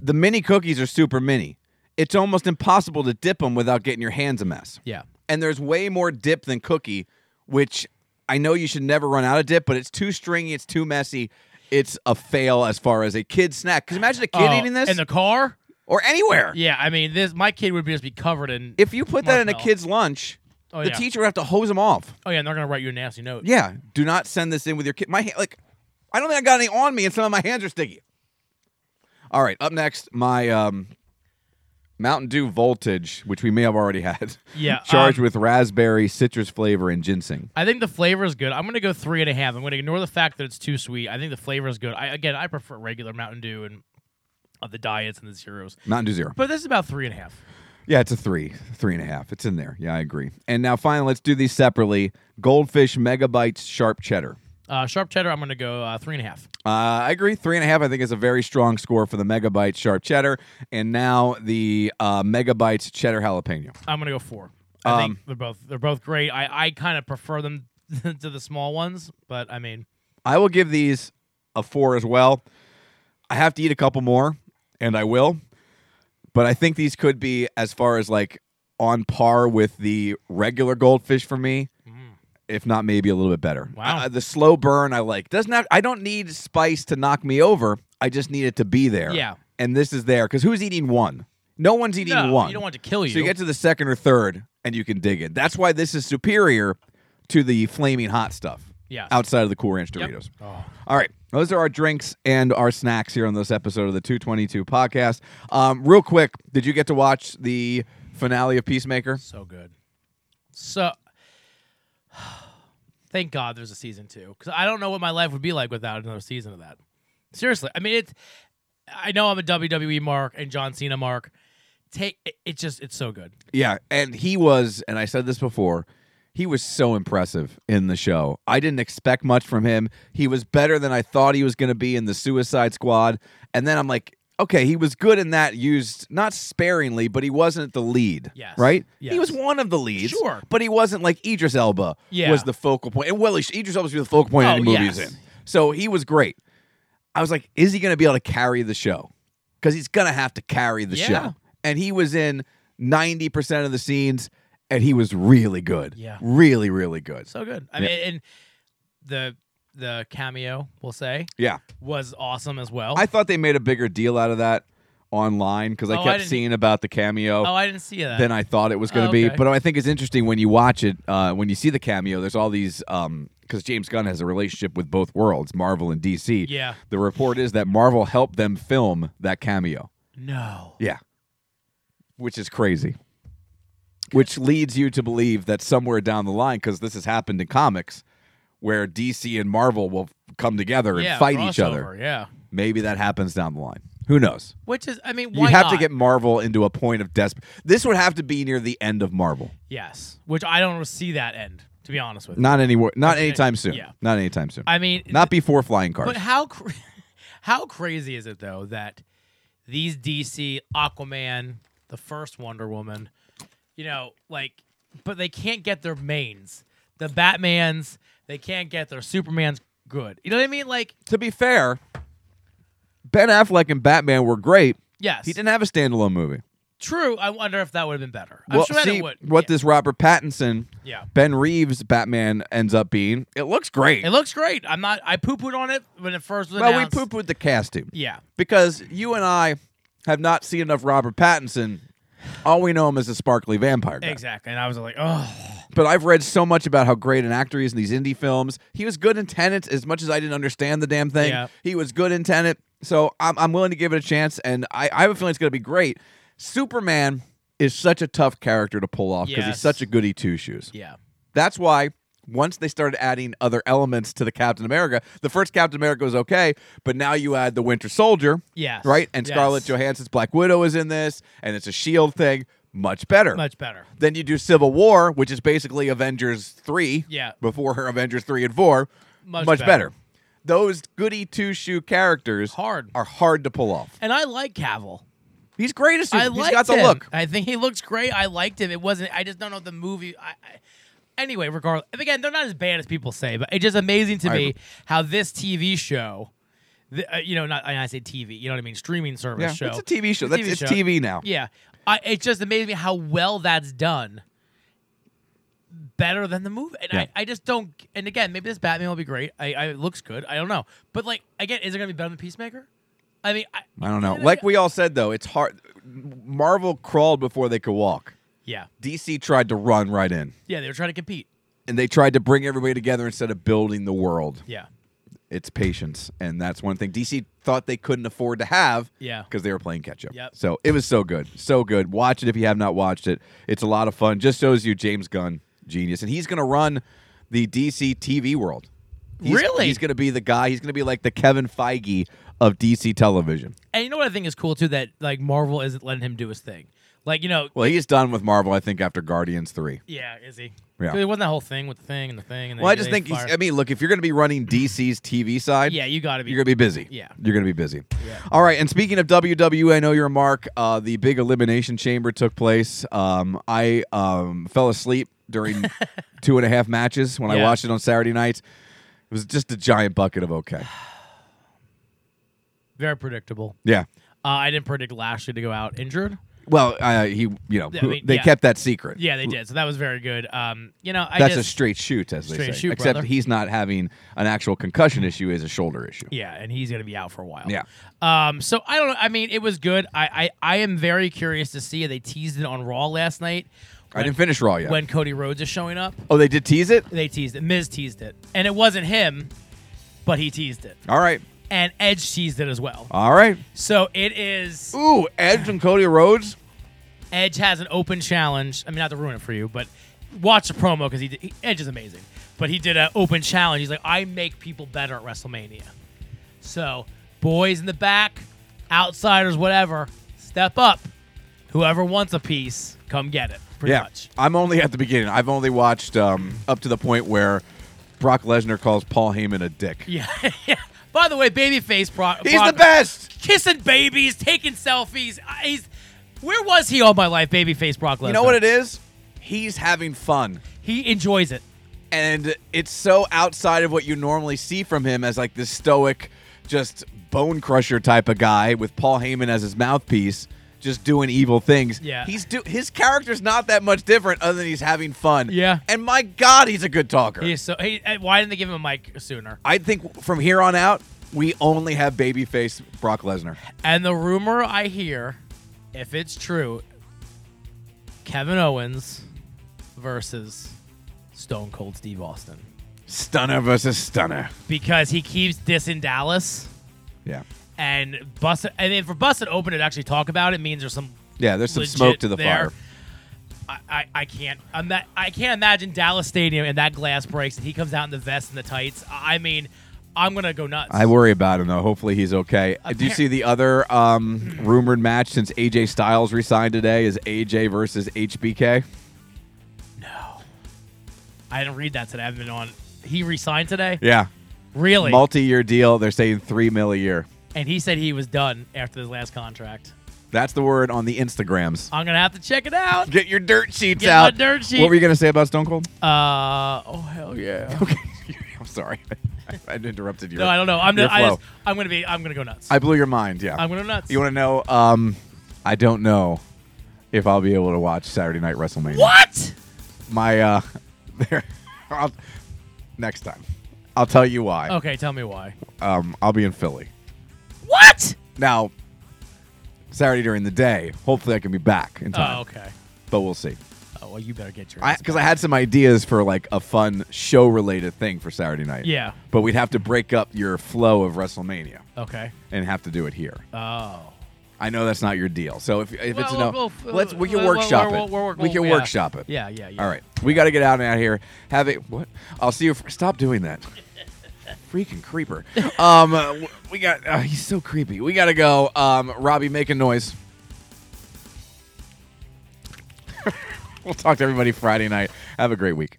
A: the mini cookies are super mini. It's almost impossible to dip them without getting your hands a mess.
B: Yeah,
A: And there's way more dip than cookie, which I know you should never run out of dip, but it's too stringy, it's too messy. It's a fail as far as a kid's snack. Because imagine a kid
B: Oh,
A: eating this
B: in the car.
A: or anywhere.
B: Yeah, I mean this. My kid would be just be covered in.
A: If you put that in a
B: Marshmallow.
A: kid's lunch,
B: Oh,
A: the
B: yeah.
A: teacher would have to hose them off.
B: oh yeah, and they're gonna write you a nasty note.
A: Yeah, do not send this in with your kid. My ha- like, I don't think I got any on me, and some of my hands are sticky. All right, up next, my um, Mountain Dew Voltage, which we may have already had.
B: Yeah,
A: <laughs> charged
B: um,
A: with raspberry, citrus flavor, and ginseng.
B: I think the flavor is good. I'm gonna go three and a half. I'm gonna ignore the fact that it's too sweet. I think the flavor is good. I again, I prefer regular Mountain Dew and uh, the diets and the zeros.
A: Mountain Dew Zero.
B: But this is about three and a half.
A: Yeah, it's a three, three and a half. It's in there. Yeah, I agree. And now finally, let's do these separately. Goldfish Megabytes Sharp Cheddar.
B: Uh, sharp cheddar. I'm gonna go uh, three and a half.
A: Uh, I agree. Three and a half, I think, is a very strong score for the Megabytes Sharp Cheddar. And now the uh, Megabytes Cheddar Jalapeno.
B: I'm gonna go four. I think
A: Um,
B: they're both they're both great. I, I kind of prefer them <laughs> to the small ones, but I mean,
A: I will give these a four as well. I have to eat a couple more, and I will. But I think these could be as far as like on par with the regular goldfish for me, if not maybe a little bit better.
B: Mm. Wow.
A: I- I- the slow burn I like doesn't have. I don't need spice to knock me over. I just need it to be there.
B: Yeah.
A: And this is there because who's eating one? No one's eating
B: no,
A: one.
B: you don't want it to kill you.
A: So you get to the second or third, and you can dig it. That's why this is superior to the flaming hot stuff.
B: Yes.
A: Outside of the Cool Ranch
B: Yep.
A: Doritos.
B: Oh.
A: All right, those are our drinks and our snacks here on this episode of the 222 podcast. Um, real quick, did you get to watch the finale of Peacemaker?
B: so good. So <sighs> thank God there's a season two because I don't know what my life would be like without another season of that. Seriously, I mean, it's. I know I'm a WWE mark and John Cena mark. Take it, it just it's so good.
A: Yeah, and he was, and I said this before, he was so impressive in the show. I didn't expect much from him. He was better than I thought he was going to be in the Suicide Squad, and then I'm like, okay, he was good in that, used not sparingly, but he wasn't the lead.
B: Yes.
A: right.
B: Yes.
A: He was one of the leads.
B: Sure.
A: but he wasn't like Idris Elba
B: Yeah.
A: was the focal point, and Willie Idris Elba should be the focal point of
B: Oh,
A: any movie he's
B: yes.
A: in. So he was great. I was like, is he going to be able to carry the show? Because he's going to have to carry the
B: Yeah.
A: show. And he was in 90% of the scenes, and he was really good.
B: Yeah.
A: Really, really good.
B: So good. I
A: Yeah.
B: mean, and the the cameo we'll say
A: yeah.
B: was awesome as well.
A: I thought they made a bigger deal out of that online because I
B: Oh, I
A: kept
B: didn't-
A: seeing about the cameo.
B: oh, I didn't see that.
A: than I thought it was going to
B: Oh,
A: be.
B: okay.
A: But I think it's interesting when you watch it, uh, when you see the cameo. There's all these because James Gunn has a relationship with both worlds, Marvel and DC.
B: Yeah.
A: The report is that Marvel helped them film that cameo.
B: no.
A: Yeah. Which is crazy. Which leads you to believe that somewhere down the line, because this has happened in comics, where DC and Marvel will come together and
B: yeah,
A: fight each other.
B: crossover, Yeah.
A: Maybe that happens down the line. Who knows?
B: Which is, I mean,
A: You
B: why
A: have to
B: not?
A: get Marvel into a point of desperate. This would have to be near the end of Marvel.
B: yes, which I don't see that end. To be honest with you,
A: Not anywhere. Not anytime soon.
B: yeah.
A: Not anytime soon.
B: I mean,
A: not before flying cars.
B: But how cr- <laughs> how crazy is it though that these DC Aquaman, the first Wonder Woman, you know, like, but they can't get their mains, the Batman's, they can't get their Superman's good. You know what I mean? Like,
A: to be fair, Ben Affleck and Batman were great.
B: yes,
A: He didn't have a standalone movie.
B: True. I wonder if that would have been better. I'm
A: Well,
B: sure that
A: see
B: it would.
A: what
B: Yeah.
A: this Robert Pattinson,
B: Yeah.
A: Ben Reeves Batman ends up being. It looks great.
B: It looks great. I'm not. I poo pooed on it when it first was
A: well, we
B: announced.
A: poop with the casting
B: Yeah.
A: because you and I have not seen enough Robert Pattinson. All we know him as a sparkly vampire guy.
B: Exactly. And I was like, oh,
A: But I've read so much about how great an actor he is in these indie films. He was good in Tenet, as much as I didn't understand the damn thing.
B: Yeah.
A: He was good in Tenet. So I'm, I'm willing to give it a chance, and I, I have a feeling it's going to be great. Superman is such a tough character to pull off because he's
B: Yes.
A: such a goody two shoes.
B: yeah.
A: That's why once they started adding other elements to the Captain America, the first Captain America was okay, but now you add the Winter Soldier.
B: Yes.
A: Right? And
B: Yes.
A: Scarlett Johansson's Black Widow is in this, and it's a shield E thing. Much better.
B: Much better.
A: Then you do Civil War, which is basically Avengers 3.
B: Yeah.
A: Before <laughs> her Avengers 3 and 4.
B: Much
A: better.
B: better.
A: Those goody two shoe characters
B: Hard.
A: are hard to pull off.
B: And I like Cavill.
A: He's great as
B: I
A: Superman. He's
B: liked
A: got the
B: him.
A: look.
B: I think he looks great. I liked him. It wasn't. I just don't know if the movie. I, I, anyway, regardless, and again, they're not as bad as people say, but it's just amazing to
A: I
B: me
A: agree.
B: how this TV show, the, uh, you know, not and I say TV, you know what I mean, streaming service
A: Yeah, it's
B: show.
A: a TV show. That's- it's TV now.
B: Yeah, I, it just amazes me how well that's done. Better than the movie, and
A: Yeah.
B: I, I just don't. And again, maybe this Batman will be great. I, I it looks good. I don't know, but like again, is it gonna be better than Peacemaker? I mean, I,
A: I don't know. Like we all said, though, it's hard. Marvel crawled before they could walk.
B: yeah,
A: DC tried to run right in,
B: yeah, they were trying to compete.
A: and they tried to bring everybody together instead of building the world.
B: Yeah.
A: It's patience, and that's one thing DC thought they couldn't afford to have.
B: Yeah.
A: because they were playing catch up.
B: Yep.
A: So it was so good, so good. Watch it if you have not watched it. It's a lot of fun. Just shows you James Gunn genius, and he's going to run the DC TV world. He's-
B: Really?
A: he's going to be the guy. He's going to be like the Kevin Feige of DC television.
B: And you know what I think is cool too that like Marvel isn't letting him do his thing. Like you know,
A: Well, he's done with Marvel, I think, after Guardians three.
B: yeah, is he?
A: Yeah.
B: It wasn't that whole thing with the thing and the thing. And
A: Well, I
B: they-
A: just
B: they
A: think he's,
B: fire-
A: I mean, look, if you're going to be running DC's TV side,
B: yeah, you got to be.
A: you're going to be busy.
B: Yeah.
A: You're going to be busy. All right. And speaking of WWE, I know you're a mark. Uh, the big elimination chamber took place. Um, I um, fell asleep
B: <laughs>
A: during two and a half matches when I
B: Yeah.
A: watched it on Saturday nights. It was just a giant bucket of okay.
B: very predictable.
A: Yeah.
B: Uh, I didn't predict Lashley to go out injured.
A: Well, uh, he, you know,
B: I mean,
A: they
B: yeah.
A: kept that secret.
B: Yeah, they did. So that was very good. Um, you know, I
A: That's a
B: just,
A: straight shoot, as they say.
B: Straight shoot,
A: Except
B: brother.
A: he's not having an actual concussion issue; is a shoulder issue.
B: Yeah, and he's gonna be out for a while.
A: Yeah.
B: Um. So I don't know. I mean, it was good. I I, I am very curious to see. They teased it on Raw last night.
A: I didn't finish Raw yet.
B: When Cody Rhodes is showing up,
A: oh, they did tease it.
B: they teased it. Miz teased it, and it wasn't him, but he teased it,
A: All right.
B: and Edge teased it as well.
A: All right.
B: So it is.
A: Ooh, Edge and Cody Rhodes.
B: Edge has an open challenge. I mean, not to ruin it for you, but watch the promo because he, did- he Edge is amazing. But he did an open challenge. He's like, I make people better at WrestleMania. So boys in the back, outsiders, whatever, step up. Whoever wants a piece, come get it. Pretty
A: yeah,
B: much. <laughs>
A: I'm only at the beginning. I've only watched um, up to the point where Brock Lesnar calls Paul Heyman a dick.
B: Yeah. yeah. By the way, babyface Brock.
A: He's the
B: Brock-
A: best.
B: Kissing babies, taking selfies. I- He's. Where was he all my life, babyface Brock Lesnar?
A: You know what it is? He's having fun.
B: He enjoys it.
A: and it's so outside of what you normally see from him as like this stoic, just bone crusher type of guy with Paul Heyman as his mouthpiece, just doing evil things.
B: Yeah.
A: he's do his character's not that much different other than he's having fun.
B: Yeah.
A: and my God, he's a good talker.
B: He is so. He, and why didn't they give him a mic sooner?
A: I think from here on out, we only have babyface Brock Lesnar.
B: And the rumor I hear, if it's true, Kevin Owens versus Stone Cold Steve Austin.
A: Stunner versus stunner.
B: Because he keeps dissing Dallas
A: Yeah,
B: and Busted. I mean, for Busted Open to actually talk about it means there's some.
A: yeah. There's some
B: legit
A: smoke to the
B: there.
A: fire.
B: I, I, I can't ima- I can't imagine Dallas Stadium and that glass breaks and he comes out in the vest and the tights. I I mean, I'm gonna go nuts.
A: I worry about him though. Hopefully he's okay. Uh, Do you
B: Appar-
A: see the other um, rumored match since AJ Styles resigned today is AJ versus HBK?
B: I didn't read that today. I haven't been on. He resigned today.
A: Yeah,
B: Really?
A: multi-year deal. They're saying three mil a year.
B: and he said he was done after his last contract.
A: That's the word on the Instagrams.
B: I'm gonna have to check it out.
A: Get your dirt sheets
B: Get my
A: out.
B: dirt sheet.
A: What were you gonna say about Stone Cold?
B: Uh oh hell yeah.
A: <laughs> Okay, I'm sorry, <laughs> I, I interrupted you.
B: No, I don't know. I'm
A: your
B: gonna, I
A: flow.
B: just, I'm gonna be I'm gonna go nuts.
A: I blew your mind. Yeah,
B: I'm gonna go nuts.
A: you want to know? Um, I don't know if I'll be able to watch Saturday Night WrestleMania.
B: what?
A: my uh <laughs> there I'll, next time i'll tell you why
B: Okay, tell me why.
A: um i'll be in philly
B: What?
A: now saturday during the day hopefully i can be back in time
B: Oh okay.
A: but we'll see
B: Oh well, you better get your. ass
A: because I, had some ideas for like a fun show related thing for saturday night
B: Yeah.
A: but we'd have to break up your flow of wrestlemania
B: back. Okay.
A: and have to do it here
B: Oh.
A: i know that's not your deal so if, if it's a no
B: Well, we'll- we'll-
A: let's we can
B: we'll- we'll-
A: workshop
B: we'll-
A: it
B: we'll- we'll-
A: we can
B: yeah.
A: workshop it
B: Yeah, yeah, yeah.
A: All right, we got to get out and out of here. Have it. What? I'll see you. For, stop doing that. Freaking creeper. Um, uh, w- we got. Uh, he's so creepy. We got to go. Um, Robbie, make a noise. <laughs> we'll talk to everybody Friday night. Have a great week.